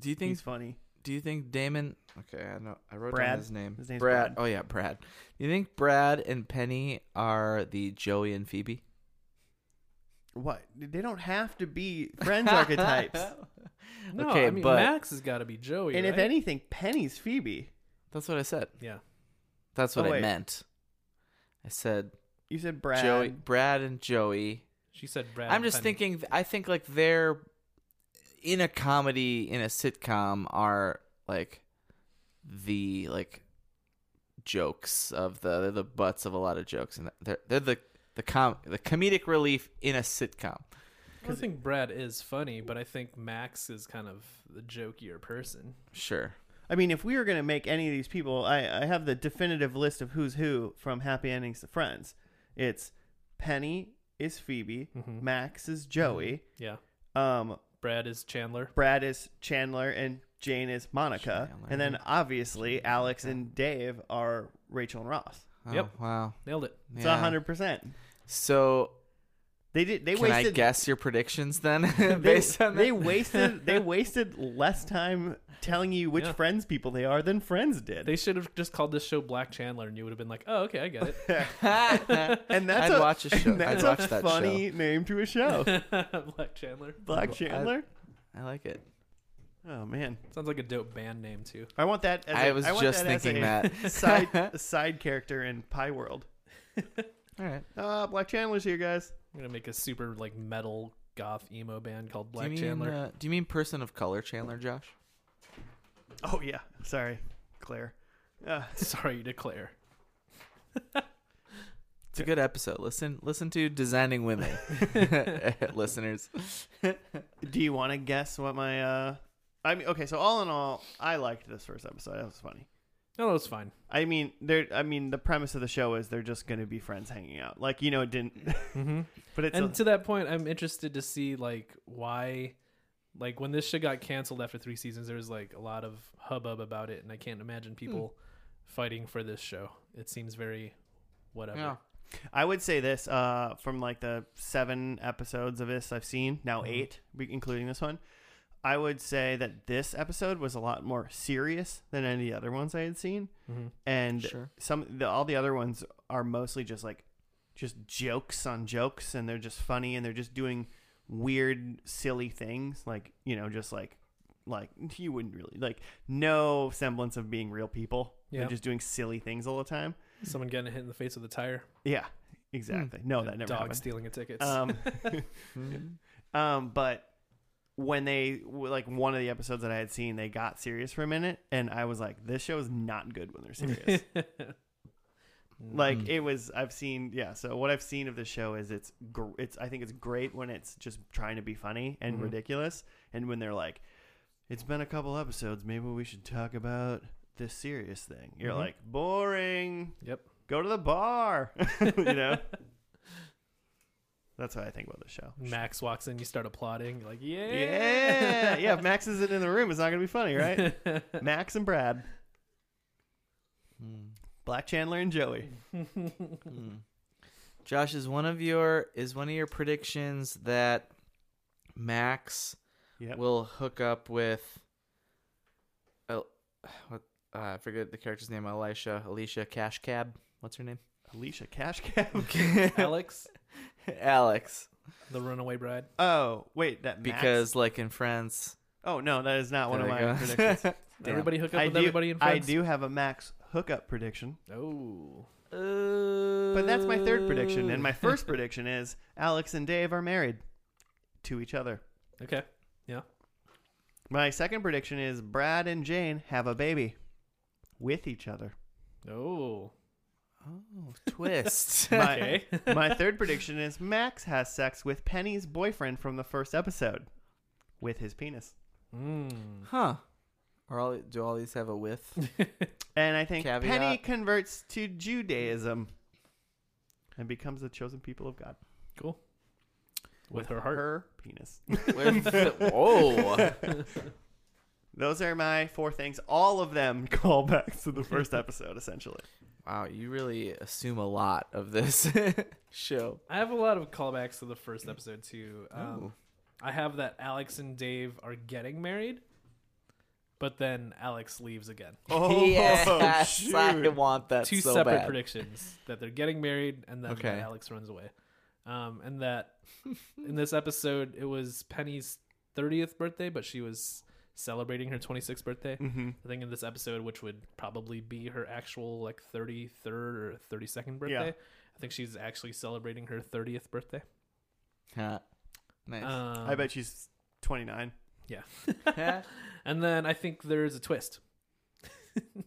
[SPEAKER 3] Do you think?
[SPEAKER 1] He's funny.
[SPEAKER 3] Do you think Damon? Okay, I know. I wrote
[SPEAKER 1] Brad.
[SPEAKER 3] down his name.
[SPEAKER 1] His name's
[SPEAKER 3] Brad.
[SPEAKER 1] Brad.
[SPEAKER 3] Oh yeah, Brad. Do you think Brad and Penny are the Joey and Phoebe
[SPEAKER 1] What? They don't have to be friends archetypes.
[SPEAKER 2] no,
[SPEAKER 3] okay,
[SPEAKER 2] I mean
[SPEAKER 3] but-
[SPEAKER 2] Max has got to be Joey.
[SPEAKER 1] and if
[SPEAKER 2] right?
[SPEAKER 1] anything, Penny's Phoebe.
[SPEAKER 3] That's what I said.
[SPEAKER 2] yeah,
[SPEAKER 3] That's what
[SPEAKER 1] Oh,
[SPEAKER 3] I
[SPEAKER 1] wait.
[SPEAKER 3] meant. I said
[SPEAKER 1] You said Brad.
[SPEAKER 3] Joey, Brad and Joey.
[SPEAKER 2] she said Brad.
[SPEAKER 3] I'm
[SPEAKER 2] and
[SPEAKER 3] just
[SPEAKER 2] Penny.
[SPEAKER 3] thinking. I think like they're in a comedy in a sitcom are like the like jokes of the they're the butts of a lot of jokes and they're they're the the com the comedic relief in a sitcom.
[SPEAKER 2] I don't think Brad is funny, but I think Max is kind of the jokier person.
[SPEAKER 3] Sure.
[SPEAKER 1] I mean, if we were going to make any of these people, I, I have the definitive list of who's who from Happy Endings to Friends. It's Penny is Phoebe,
[SPEAKER 3] Mm-hmm.
[SPEAKER 2] Mhm.
[SPEAKER 1] Max is Joey,
[SPEAKER 2] Yeah,
[SPEAKER 1] um,
[SPEAKER 2] Brad is Chandler.
[SPEAKER 1] Brad is Chandler, and Jane is Monica.
[SPEAKER 3] Chandler.
[SPEAKER 1] And then obviously, Alex and Dave are Rachel and Ross.
[SPEAKER 3] Oh,
[SPEAKER 2] Yep.
[SPEAKER 3] Wow.
[SPEAKER 2] Nailed it.
[SPEAKER 1] It's
[SPEAKER 3] Yeah.
[SPEAKER 1] hundred percent.
[SPEAKER 3] So
[SPEAKER 1] They did. They
[SPEAKER 3] can
[SPEAKER 1] wasted.
[SPEAKER 3] I guess your predictions then
[SPEAKER 1] they,
[SPEAKER 3] based on
[SPEAKER 1] they
[SPEAKER 3] that?
[SPEAKER 1] wasted. They wasted less time telling you which
[SPEAKER 2] Yeah.
[SPEAKER 1] friends people they are than friends did.
[SPEAKER 2] They should have just called this show Black Chandler, and you would have been like, "Oh, okay, I get it."
[SPEAKER 1] and that's
[SPEAKER 3] I'd
[SPEAKER 1] a,
[SPEAKER 3] watch a show.
[SPEAKER 1] and that's
[SPEAKER 3] I'd watch
[SPEAKER 1] a
[SPEAKER 3] that
[SPEAKER 1] funny name to a show.
[SPEAKER 2] Black Chandler
[SPEAKER 1] Black
[SPEAKER 3] Well, I-
[SPEAKER 1] Chandler.
[SPEAKER 3] I like it.
[SPEAKER 1] oh man,
[SPEAKER 2] sounds like a dope band name too.
[SPEAKER 1] I want that. As
[SPEAKER 3] I
[SPEAKER 1] a-
[SPEAKER 3] was
[SPEAKER 1] want
[SPEAKER 3] just
[SPEAKER 1] that as
[SPEAKER 3] thinking
[SPEAKER 1] a
[SPEAKER 3] that.
[SPEAKER 1] side a side character in Pie World.
[SPEAKER 3] All right.
[SPEAKER 1] Uh, Black Chandler's here, guys.
[SPEAKER 2] I'm gonna make a super like metal goth emo band called Black
[SPEAKER 3] do you mean,
[SPEAKER 2] Chandler.
[SPEAKER 3] uh, do you mean person of color Chandler, Josh?
[SPEAKER 1] Oh yeah, sorry, Claire. Uh,
[SPEAKER 2] Sorry to Claire.
[SPEAKER 3] It's a good episode. Listen, listen to Designing Women, listeners.
[SPEAKER 1] do you want to guess what my? uh I mean, okay. So all in all, I liked this first episode. That was funny.
[SPEAKER 2] No, that's fine.
[SPEAKER 1] I mean, there. I mean, the premise of the show is they're just going to be friends hanging out. Like you know, it didn't.
[SPEAKER 2] Mm-hmm.
[SPEAKER 1] But it's a-
[SPEAKER 2] and to that point, I'm interested to see like why, like when this shit got canceled after three seasons, there was like a lot of hubbub about it, and I can't
[SPEAKER 1] Hmm.
[SPEAKER 2] imagine people fighting for this show. It seems very whatever.
[SPEAKER 3] Yeah.
[SPEAKER 1] I would say this uh, from like the seven episodes of this I've seen, now
[SPEAKER 2] Mhm.
[SPEAKER 1] eight, be- including this one. I would say that this episode was a lot more serious than any other ones I had seen,
[SPEAKER 2] Mm-hmm.
[SPEAKER 1] and
[SPEAKER 3] Sure.
[SPEAKER 1] some the, all the other ones are mostly just like just jokes on jokes, and they're just funny, and they're just doing weird, silly things, like you know, just like like you wouldn't really like no semblance of being real people.
[SPEAKER 2] Yeah.
[SPEAKER 1] They're just doing silly things all the time.
[SPEAKER 2] Someone getting hit in the face with a tire.
[SPEAKER 1] Yeah, exactly. No, Oh, that never
[SPEAKER 2] Hmm. Dog
[SPEAKER 1] happened.
[SPEAKER 2] stealing a ticket.
[SPEAKER 1] Um,
[SPEAKER 3] Mhm.
[SPEAKER 1] um, but when they like one of the episodes that I had seen, they got serious for a minute, and I was like, "This show is not good when they're serious."
[SPEAKER 2] Mm-hmm.
[SPEAKER 1] like it was. I've seen, yeah. So what I've seen of the show is it's gr- it's. I think it's great when it's just trying to be funny and
[SPEAKER 2] Mhm.
[SPEAKER 1] ridiculous, and when they're like, "It's been a couple episodes, maybe we should talk about this serious thing." You're
[SPEAKER 2] Mhm.
[SPEAKER 1] like, "Boring."
[SPEAKER 2] Yep.
[SPEAKER 1] Go to the bar. you know. That's what I think about the show.
[SPEAKER 2] Max walks in, you start applauding. You're like,
[SPEAKER 1] Yeah,
[SPEAKER 2] yeah,
[SPEAKER 1] yeah. If Max isn't in the room, it's not gonna be funny, right? Max and Brad,
[SPEAKER 3] Mm,
[SPEAKER 1] Black Chandler and Joey.
[SPEAKER 3] mm. Josh is one of your is one of your predictions that Max
[SPEAKER 1] Yep.
[SPEAKER 3] will hook up with. El- what uh, I forget the character's name. Elisha, Alicia Cash Cab. What's her name?
[SPEAKER 1] Alicia Cash Cab.
[SPEAKER 2] Alex,
[SPEAKER 3] Alex.
[SPEAKER 2] the runaway bride.
[SPEAKER 1] Oh wait, that Max?
[SPEAKER 3] Because like in France,
[SPEAKER 1] oh no, that is not one of
[SPEAKER 3] There
[SPEAKER 1] my
[SPEAKER 3] we go.
[SPEAKER 1] predictions.
[SPEAKER 3] Damn.
[SPEAKER 2] Everybody hook up
[SPEAKER 1] I
[SPEAKER 2] with
[SPEAKER 1] do,
[SPEAKER 2] everybody in
[SPEAKER 1] I
[SPEAKER 2] friends.
[SPEAKER 1] do have a Max hookup prediction,
[SPEAKER 2] Oh,
[SPEAKER 1] but
[SPEAKER 3] but
[SPEAKER 1] that's my third prediction. And my first prediction is Alex and Dave are married to each other.
[SPEAKER 2] okay.
[SPEAKER 1] My second prediction is Brad and Jane have a baby with each other.
[SPEAKER 2] Oh,
[SPEAKER 3] oh, twist.
[SPEAKER 1] My-
[SPEAKER 2] okay.
[SPEAKER 1] My third prediction is Max has sex with Penny's boyfriend from the first episode with his penis.
[SPEAKER 2] Mm.
[SPEAKER 3] huh. Or all do all these have a with?
[SPEAKER 1] And I think
[SPEAKER 3] Caveat.
[SPEAKER 1] Penny converts to Judaism and becomes the chosen people of God.
[SPEAKER 2] cool. With her heart.
[SPEAKER 1] Her penis.
[SPEAKER 3] Whoa!
[SPEAKER 1] Those are my four things. All of them callbacks to the first episode, essentially.
[SPEAKER 3] Wow, you really assume a lot of this show.
[SPEAKER 2] I have a lot of callbacks to the first episode too.
[SPEAKER 3] Ooh.
[SPEAKER 2] Um, I have that Alex and Dave are getting married, but then Alex leaves again.
[SPEAKER 1] Oh,
[SPEAKER 3] yes, I
[SPEAKER 1] shoot.
[SPEAKER 3] want that
[SPEAKER 2] Two
[SPEAKER 3] so
[SPEAKER 2] separate
[SPEAKER 3] bad.
[SPEAKER 2] predictions that they're getting married and then
[SPEAKER 3] Okay.
[SPEAKER 2] Alex runs away. Um, and that in this episode it was Penny's 30th birthday, but she was celebrating her 26th birthday.
[SPEAKER 1] Mhm.
[SPEAKER 2] I think in this episode, which would probably be her actual like 33rd or 32nd birthday. I think she's actually celebrating her 30th birthday.
[SPEAKER 3] Huh. nice.
[SPEAKER 2] Um,
[SPEAKER 1] I bet she's 29.
[SPEAKER 2] Yeah.
[SPEAKER 3] Huh?
[SPEAKER 2] and then I think there's a twist.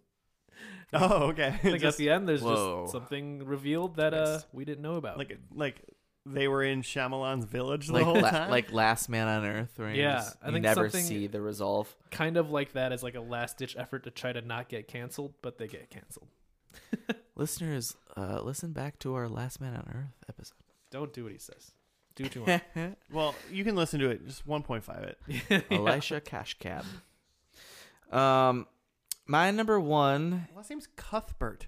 [SPEAKER 1] Oh, okay.
[SPEAKER 2] I think
[SPEAKER 1] Just
[SPEAKER 2] at the end, there's
[SPEAKER 3] Whoa.
[SPEAKER 2] just something revealed that uh, we didn't know about.
[SPEAKER 1] like like they were in Shyamalan's village the
[SPEAKER 3] like,
[SPEAKER 1] whole
[SPEAKER 3] la-
[SPEAKER 1] time.
[SPEAKER 3] like Last Man on Earth, where you,
[SPEAKER 2] Yeah,
[SPEAKER 3] just-
[SPEAKER 2] I
[SPEAKER 3] you
[SPEAKER 2] think
[SPEAKER 3] never
[SPEAKER 2] something-
[SPEAKER 3] see the resolve.
[SPEAKER 2] kind of like that as like a last ditch effort to try to not get canceled, but they get canceled.
[SPEAKER 3] Listeners, uh, listen back to our Last Man on Earth episode.
[SPEAKER 2] Don't do what he says. Do what you want.
[SPEAKER 1] well, you can listen to it. Just 1.5 it.
[SPEAKER 3] Elisha Cash Cab. Um, my number one.
[SPEAKER 1] Last name's Cuthbert.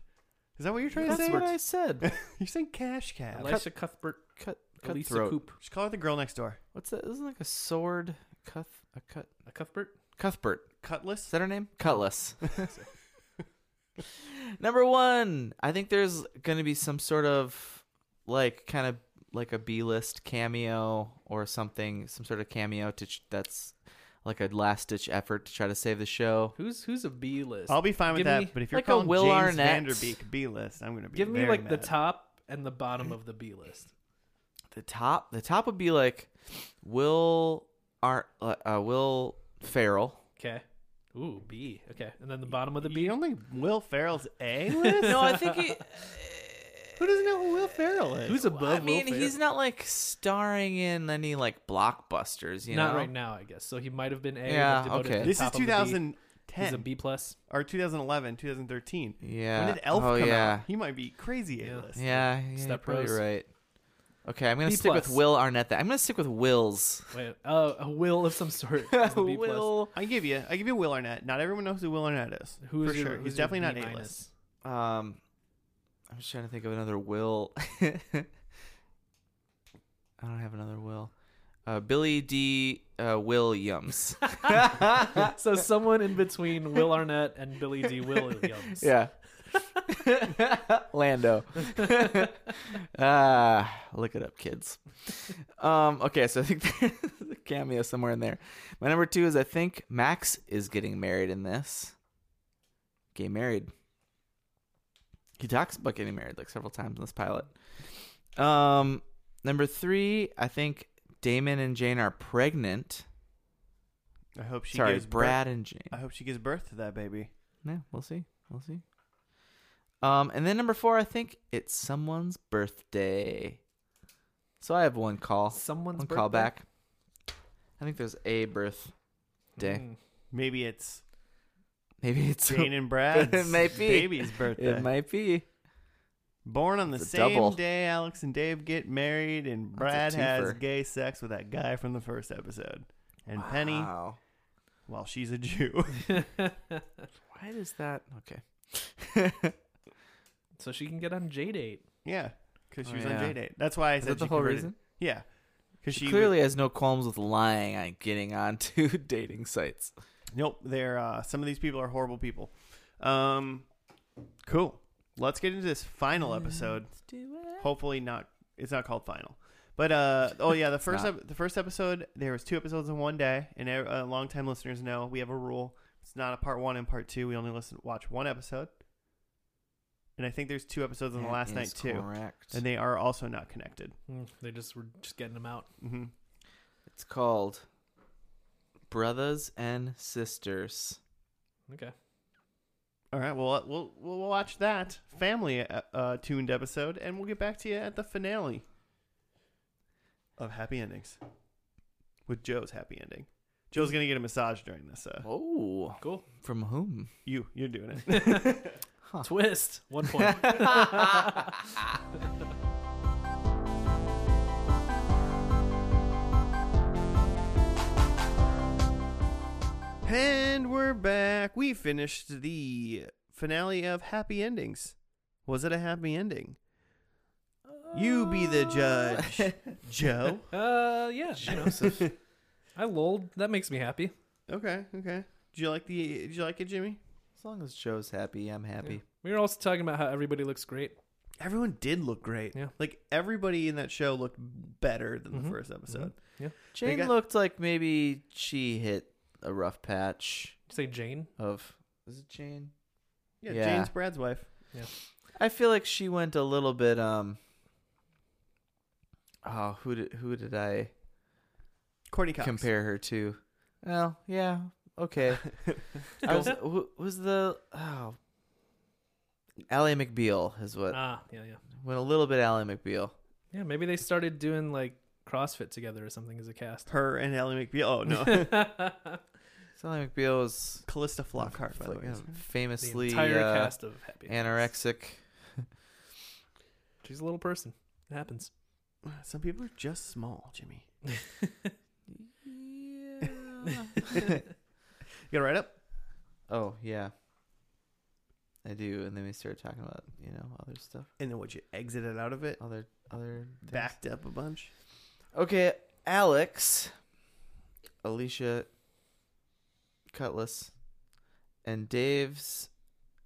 [SPEAKER 1] Is that what you're trying
[SPEAKER 3] That's
[SPEAKER 1] to say?
[SPEAKER 3] what I said.
[SPEAKER 1] You're saying Cash Cab.
[SPEAKER 2] Elisha Cuthbert,
[SPEAKER 3] Cut,
[SPEAKER 2] Elisa
[SPEAKER 3] cutthroat.
[SPEAKER 2] Coop,
[SPEAKER 1] Just call her the girl next door.
[SPEAKER 3] What's that? Isn't it like a sword? Cuth, a cut.
[SPEAKER 2] a Cuthbert.
[SPEAKER 3] Cuthbert. Is
[SPEAKER 1] Cutless.
[SPEAKER 3] that her name? Cutlass. Number one, I think there's going to be some sort of like kind of like a B-list cameo or something, some sort of cameo to ch- that's like a last-ditch effort to try to save the show.
[SPEAKER 2] Who's who's a B list?
[SPEAKER 1] I'll be fine with
[SPEAKER 2] Give
[SPEAKER 1] that.
[SPEAKER 2] me
[SPEAKER 1] but if you're
[SPEAKER 3] like a
[SPEAKER 1] calling
[SPEAKER 3] Will
[SPEAKER 1] James
[SPEAKER 3] Arnett.
[SPEAKER 1] Vanderbeek B list, I'm gonna be
[SPEAKER 2] Give me
[SPEAKER 1] very
[SPEAKER 2] like the
[SPEAKER 1] mad.
[SPEAKER 2] top and the bottom of the B list.
[SPEAKER 3] The top, the top would be like Will Ar- uh, uh, Will Farrell.
[SPEAKER 2] Okay. Ooh, B. Okay, and then the bottom of the B.
[SPEAKER 1] You don't think Will Ferrell's A list?
[SPEAKER 3] No, I think he.
[SPEAKER 1] Who doesn't know who Will Ferrell is?
[SPEAKER 2] Who's above?
[SPEAKER 3] I mean,
[SPEAKER 2] Will Ferrell?
[SPEAKER 3] he's not like starring in any like blockbusters, you
[SPEAKER 2] not
[SPEAKER 3] know.
[SPEAKER 2] right now, I guess. So he might have been A.
[SPEAKER 3] Yeah,
[SPEAKER 2] but demoted to
[SPEAKER 3] okay.
[SPEAKER 2] the
[SPEAKER 1] this is
[SPEAKER 2] top of the B. He's a
[SPEAKER 1] 2010
[SPEAKER 2] B plus.
[SPEAKER 1] or 2011, 2013.
[SPEAKER 3] Yeah.
[SPEAKER 1] When did Elf
[SPEAKER 3] oh,
[SPEAKER 1] come
[SPEAKER 3] yeah.
[SPEAKER 1] out? He might be crazy A
[SPEAKER 2] Yeah.
[SPEAKER 1] list.
[SPEAKER 3] Yeah, yeah you're
[SPEAKER 2] Step
[SPEAKER 3] probably
[SPEAKER 2] Bros.
[SPEAKER 3] right. Okay, I'm gonna
[SPEAKER 2] B
[SPEAKER 3] stick with
[SPEAKER 2] plus.
[SPEAKER 3] Will Arnett. Then. I'm gonna stick with Will's.
[SPEAKER 2] Wait, uh, a will of some sort. is the B plus.
[SPEAKER 3] Will.
[SPEAKER 1] I give you, I give you Will Arnett. Not everyone knows who Will Arnett is.
[SPEAKER 2] Who is
[SPEAKER 1] for
[SPEAKER 2] your-
[SPEAKER 1] sure?
[SPEAKER 2] who's
[SPEAKER 1] He's
[SPEAKER 2] your
[SPEAKER 1] definitely
[SPEAKER 2] B
[SPEAKER 1] not A list.
[SPEAKER 2] minus?
[SPEAKER 3] Um, I'm just trying to think of another Will. I don't have another Will. Uh, Billy D. Uh, Williams.
[SPEAKER 2] so someone in between Will Arnett and Billy D. Williams.
[SPEAKER 3] yeah. Lando. Ah, look it up, kids. Um, okay, so I think there's a cameo somewhere in there. My number two is I think Max is getting married in this. Getting married. He talks about getting married like several times in this pilot. Um, number three, I think Damon and Jane are pregnant.
[SPEAKER 1] I hope she
[SPEAKER 3] Sorry,
[SPEAKER 1] gives
[SPEAKER 3] Brad and Jane.
[SPEAKER 1] Birth, I hope she gives birth to that baby.
[SPEAKER 3] Yeah, we'll see. We'll see. Um, and then number four, I think it's someone's birthday. So I have one call,
[SPEAKER 2] Someone's
[SPEAKER 3] one
[SPEAKER 2] birthday?
[SPEAKER 3] call back. I think there's a birthday.
[SPEAKER 2] Hmm.
[SPEAKER 1] Maybe it's
[SPEAKER 3] Maybe it's
[SPEAKER 1] Mm. Jane and Brad's
[SPEAKER 3] It might be.
[SPEAKER 1] baby's birthday.
[SPEAKER 3] it might be.
[SPEAKER 1] Born on the
[SPEAKER 3] It's a
[SPEAKER 1] same
[SPEAKER 3] double.
[SPEAKER 1] day Alex and Dave get married, and Brad
[SPEAKER 3] That's a
[SPEAKER 1] has
[SPEAKER 3] twofer.
[SPEAKER 1] gay sex with that guy from the first episode. And Penny,
[SPEAKER 3] Wow.
[SPEAKER 1] well, she's a Jew.
[SPEAKER 3] Why does that? Okay.
[SPEAKER 2] so she can get on J date.
[SPEAKER 1] yeah, because she
[SPEAKER 3] Oh,
[SPEAKER 1] was on
[SPEAKER 3] yeah.
[SPEAKER 1] J date. That's why I
[SPEAKER 3] is
[SPEAKER 1] said
[SPEAKER 3] that the
[SPEAKER 1] she
[SPEAKER 3] whole
[SPEAKER 1] converted-
[SPEAKER 3] reason?
[SPEAKER 1] Yeah, because she,
[SPEAKER 3] She clearly has no qualms with lying on getting onto dating sites.
[SPEAKER 1] Nope, they're uh, some of these people are horrible people. Um, cool. Let's get into this final
[SPEAKER 3] Mm-hmm.
[SPEAKER 1] episode.
[SPEAKER 3] Let's do it.
[SPEAKER 1] Hopefully, not it's not called final, but uh, oh yeah, the first
[SPEAKER 3] not.
[SPEAKER 1] ep- the first episode there was two episodes in one day, and uh, long time listeners know we have a rule: it's not a part one and part two. We only listen watch one episode, and I think there's two episodes on the
[SPEAKER 3] That
[SPEAKER 1] last night
[SPEAKER 3] is
[SPEAKER 1] too,
[SPEAKER 3] Correct.
[SPEAKER 1] and they are also not connected.
[SPEAKER 2] Hmm, They just were just getting them out.
[SPEAKER 1] hmm
[SPEAKER 3] It's called Brothers and Sisters.
[SPEAKER 2] Okay.
[SPEAKER 1] All right, well we'll we'll watch that family uh, uh, tuned episode, and we'll get back to you at the finale of Happy Endings with Joe's happy ending. Joe's gonna get a massage during this. Uh,
[SPEAKER 3] Oh,
[SPEAKER 2] Cool.
[SPEAKER 3] from whom?
[SPEAKER 1] you you're doing it.
[SPEAKER 2] Twist. One point.
[SPEAKER 1] and we're back. We finished the finale of Happy Endings. Was it a happy ending? You be the judge, Joe.
[SPEAKER 2] Uh, yeah. you know, I lulled. That makes me happy.
[SPEAKER 1] Okay, okay. Did you like the? Did you like it, Jimmy?
[SPEAKER 3] As long as Joe's happy, I'm happy.
[SPEAKER 2] We were also talking about how everybody looks great.
[SPEAKER 1] Everyone did look great.
[SPEAKER 2] Yeah.
[SPEAKER 1] Like everybody in that show looked better than
[SPEAKER 2] Mhm.
[SPEAKER 1] the first episode.
[SPEAKER 2] Yeah.
[SPEAKER 3] Jane
[SPEAKER 1] got-
[SPEAKER 3] looked like maybe she hit a rough patch
[SPEAKER 2] Say Jane.
[SPEAKER 3] of. Is it Jane?
[SPEAKER 1] Yeah,
[SPEAKER 3] Yeah.
[SPEAKER 1] Jane's Brad's wife.
[SPEAKER 3] I feel like she went a little bit. Um. Oh, who did who did I
[SPEAKER 1] Courtney Cox.
[SPEAKER 3] compare her to? Well, yeah, okay. I was who, was the oh. Ally McBeal is what
[SPEAKER 2] Ah, yeah, yeah,
[SPEAKER 3] went a little bit Ally McBeal.
[SPEAKER 2] yeah. Maybe they started doing like CrossFit together or something as a cast.
[SPEAKER 1] Her and Ellie McBeal. Oh no,
[SPEAKER 2] the
[SPEAKER 3] Sally McBeal was
[SPEAKER 1] Callista Flockhart. By the
[SPEAKER 3] like,
[SPEAKER 1] way,
[SPEAKER 3] uh, famously
[SPEAKER 2] entire
[SPEAKER 3] uh,
[SPEAKER 2] cast of Happy.
[SPEAKER 3] anorexic.
[SPEAKER 2] She's a little person. It happens.
[SPEAKER 1] some people are just small. Jimmy,
[SPEAKER 2] Mm-hmm.
[SPEAKER 1] you got to write up.
[SPEAKER 3] oh yeah, I do. And then we started talking about you know other stuff,
[SPEAKER 1] And then what you exited out of it,
[SPEAKER 3] other other things.
[SPEAKER 1] backed up a bunch.
[SPEAKER 3] Okay, Alex, Alicia, Cutlass, and Dave's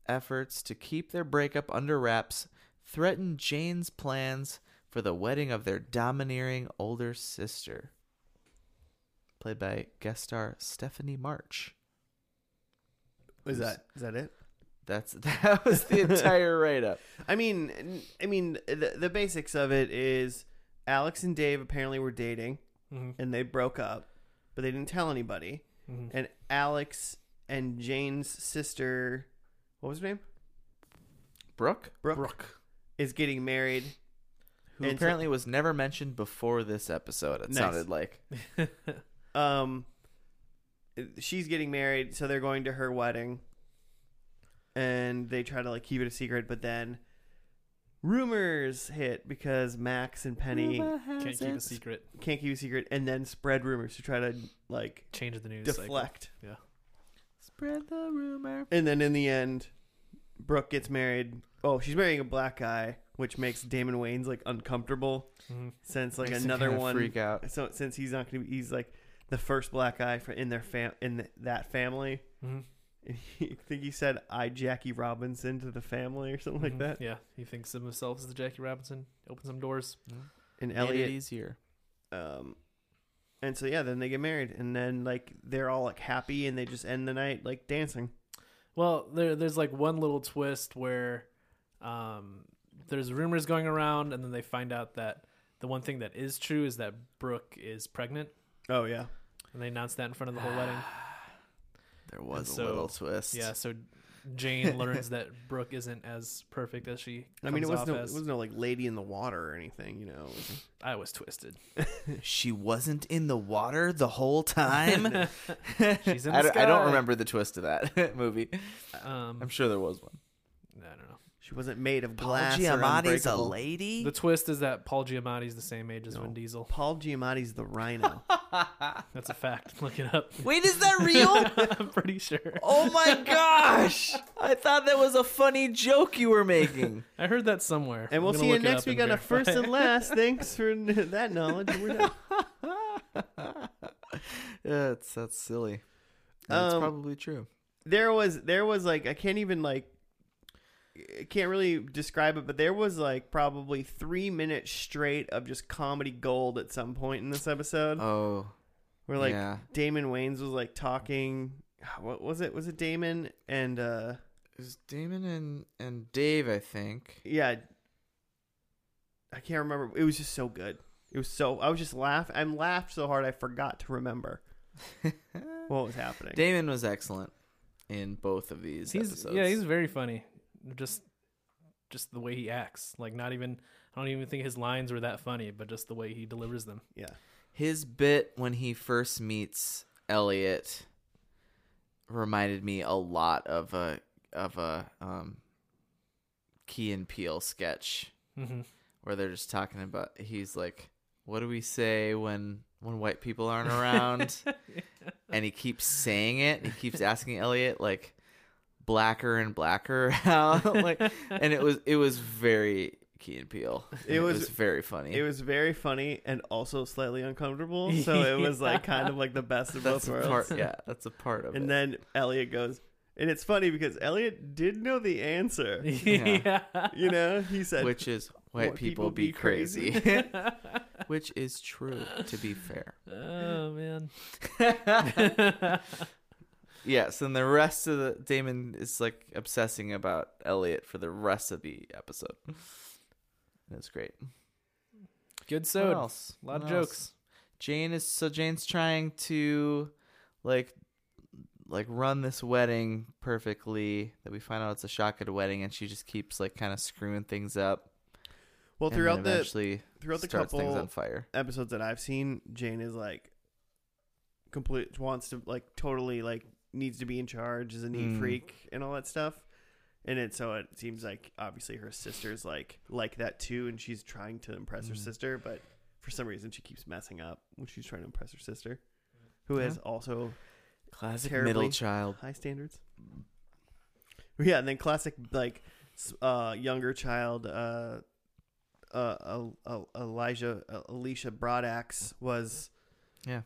[SPEAKER 3] efforts to keep their breakup under wraps threaten Jane's plans for the wedding of their domineering older sister. Played by guest star Stephanie March.
[SPEAKER 1] Is
[SPEAKER 3] Who's-
[SPEAKER 1] that is that it?
[SPEAKER 3] That's that was the entire write up.
[SPEAKER 1] I mean, n- I mean, the, the basics of it is Alex and Dave apparently were dating
[SPEAKER 2] Mhm.
[SPEAKER 1] and they broke up, but they didn't tell anybody.
[SPEAKER 2] Mhm.
[SPEAKER 1] And Alex and Jane's sister, what was her name?
[SPEAKER 3] Brooke,
[SPEAKER 1] Brooke, is getting married.
[SPEAKER 3] who
[SPEAKER 1] And so-
[SPEAKER 3] apparently was never mentioned before this episode, it
[SPEAKER 1] Nice.
[SPEAKER 3] sounded like.
[SPEAKER 1] Um, she's getting married, so they're going to her wedding, and they try to like keep it a secret. But then rumors hit because Max and Penny
[SPEAKER 2] Can't keep a secret.
[SPEAKER 1] can't keep a secret, and then spread rumors to try to like
[SPEAKER 2] Change the news. cycle.
[SPEAKER 1] deflect.
[SPEAKER 3] Spread the rumor.
[SPEAKER 1] And then in the end, Brooke gets married. Oh, she's marrying a black guy, which makes Damon Wayne's like uncomfortable
[SPEAKER 2] Mhm.
[SPEAKER 1] since like
[SPEAKER 3] Makes him
[SPEAKER 1] another
[SPEAKER 3] kinda
[SPEAKER 1] one
[SPEAKER 3] freak out.
[SPEAKER 1] so since he's not going to be he's like the first black guy for in their fam in th- that family
[SPEAKER 2] Mhm.
[SPEAKER 1] And he, i think he said i jackie robinson to the family or something
[SPEAKER 2] Mhm.
[SPEAKER 1] like that
[SPEAKER 2] Yeah, he thinks of himself as the Jackie Robinson. Open some doors.
[SPEAKER 1] and
[SPEAKER 3] Made it
[SPEAKER 1] elliot
[SPEAKER 3] easier.
[SPEAKER 1] um and so yeah then they get married and then like they're all like happy and they just end the night like dancing
[SPEAKER 2] Well, there, there's like one little twist where um, there's rumors going around, and then they find out that the one thing that is true is that Brooke is pregnant,
[SPEAKER 1] oh yeah
[SPEAKER 2] and they announce that in front of
[SPEAKER 1] Ah.
[SPEAKER 2] the whole wedding.
[SPEAKER 3] There was
[SPEAKER 2] so-
[SPEAKER 3] a little twist.
[SPEAKER 2] Yeah, so Jane learns that Brooke isn't as perfect as she.
[SPEAKER 1] i mean it
[SPEAKER 2] comes
[SPEAKER 1] was
[SPEAKER 2] off
[SPEAKER 1] no
[SPEAKER 2] as.
[SPEAKER 1] it was no like lady in the water or anything you know It was-
[SPEAKER 2] I was twisted.
[SPEAKER 3] She wasn't in the water the whole time.
[SPEAKER 2] She's in the
[SPEAKER 3] I, don't, I don't
[SPEAKER 2] sky.
[SPEAKER 3] remember the twist of that movie.
[SPEAKER 2] Um,
[SPEAKER 3] I'm sure there was one.
[SPEAKER 2] I don't know.
[SPEAKER 1] she wasn't made of
[SPEAKER 3] Paul
[SPEAKER 1] glass or
[SPEAKER 3] Giamatti's a
[SPEAKER 1] unbreakable.
[SPEAKER 3] lady.
[SPEAKER 2] The twist is that Paul Giamatti's the same age as
[SPEAKER 1] No.
[SPEAKER 2] Vin Diesel.
[SPEAKER 1] paul giamatti's the rhino
[SPEAKER 2] That's a fact. Look it up.
[SPEAKER 3] Wait, is that real?
[SPEAKER 2] I'm pretty sure.
[SPEAKER 3] oh my gosh! I thought that was a funny joke you were making.
[SPEAKER 2] I heard that somewhere.
[SPEAKER 1] And
[SPEAKER 2] I'm
[SPEAKER 1] we'll
[SPEAKER 2] gonna
[SPEAKER 1] see you
[SPEAKER 2] look it
[SPEAKER 1] next
[SPEAKER 2] up and
[SPEAKER 1] week on a
[SPEAKER 2] verify.
[SPEAKER 1] first and last. Thanks for that knowledge. We're done.
[SPEAKER 3] yeah, it's that's silly. That's
[SPEAKER 1] Um,
[SPEAKER 3] probably true.
[SPEAKER 1] There was there was like I can't even like I can't really describe it, but there was like probably three minutes straight of just comedy gold at some point in this episode.
[SPEAKER 3] Oh,
[SPEAKER 1] where like
[SPEAKER 3] yeah.
[SPEAKER 1] Damon Wayans was like talking what was it? Was it Damon and uh
[SPEAKER 3] It was Damon and and Dave, I think.
[SPEAKER 1] yeah I can't remember. It was just so good. It was so I was just laugh I'm laughed so hard I forgot to remember what was happening.
[SPEAKER 3] Damon was excellent in both of these
[SPEAKER 2] he's
[SPEAKER 3] episodes.
[SPEAKER 2] yeah he's very funny just just the way he acts like not even i don't even think his lines were that funny but just the way he delivers them
[SPEAKER 1] yeah.
[SPEAKER 3] his bit when he first meets Elliot reminded me a lot of a of a um, Key and Peele sketch
[SPEAKER 2] Mhm.
[SPEAKER 3] where they're just talking about. He's like, "What do we say when when white people aren't around?" and he keeps saying it. He keeps asking Elliot like, "Blacker and blacker," how like, and it was it was very Key and Peele.
[SPEAKER 1] It
[SPEAKER 3] It was,
[SPEAKER 1] was-
[SPEAKER 3] very funny.
[SPEAKER 1] It was very funny and also slightly uncomfortable. So it was like kind of like the best of
[SPEAKER 3] that's
[SPEAKER 1] both
[SPEAKER 3] a
[SPEAKER 1] worlds.
[SPEAKER 3] part. Yeah, that's a part of it.
[SPEAKER 1] And then Elliot goes, and it's funny because Elliot did know the answer.
[SPEAKER 2] yeah.
[SPEAKER 1] You know, he said,
[SPEAKER 3] which is white
[SPEAKER 1] White
[SPEAKER 3] people,
[SPEAKER 1] people
[SPEAKER 3] be
[SPEAKER 1] be
[SPEAKER 3] crazy,
[SPEAKER 1] crazy.
[SPEAKER 3] which is true to be fair
[SPEAKER 2] Oh man.
[SPEAKER 3] yes and the rest of the damon is like obsessing about elliot for the rest of the episode that's great
[SPEAKER 2] Good
[SPEAKER 3] what
[SPEAKER 2] so
[SPEAKER 3] else
[SPEAKER 2] lot of
[SPEAKER 3] What
[SPEAKER 2] jokes.
[SPEAKER 3] jane is so jane's trying to like like run this wedding perfectly that we find out it's a shotgun wedding and she just keeps like kind of screwing things up
[SPEAKER 1] well,
[SPEAKER 3] and then
[SPEAKER 1] throughout the
[SPEAKER 3] eventually
[SPEAKER 1] throughout the
[SPEAKER 3] starts things on
[SPEAKER 1] couple
[SPEAKER 3] fire
[SPEAKER 1] episodes that I've seen, Jane is like complete wants to like totally like needs to be in charge, is a neat
[SPEAKER 3] Mm.
[SPEAKER 1] freak and all that stuff. And it so it seems like obviously her sister's like like that too, and she's trying to impress her
[SPEAKER 3] Mm.
[SPEAKER 1] sister, but for some reason she keeps messing up when she's trying to impress her sister, who has
[SPEAKER 3] Yeah.
[SPEAKER 1] also
[SPEAKER 3] classic
[SPEAKER 1] terribly-
[SPEAKER 3] middle child
[SPEAKER 1] high standards. Yeah, and then classic like s- uh, younger child uh, uh, El- El- Elijah uh, Alicia Broadaxe was
[SPEAKER 3] Yeah.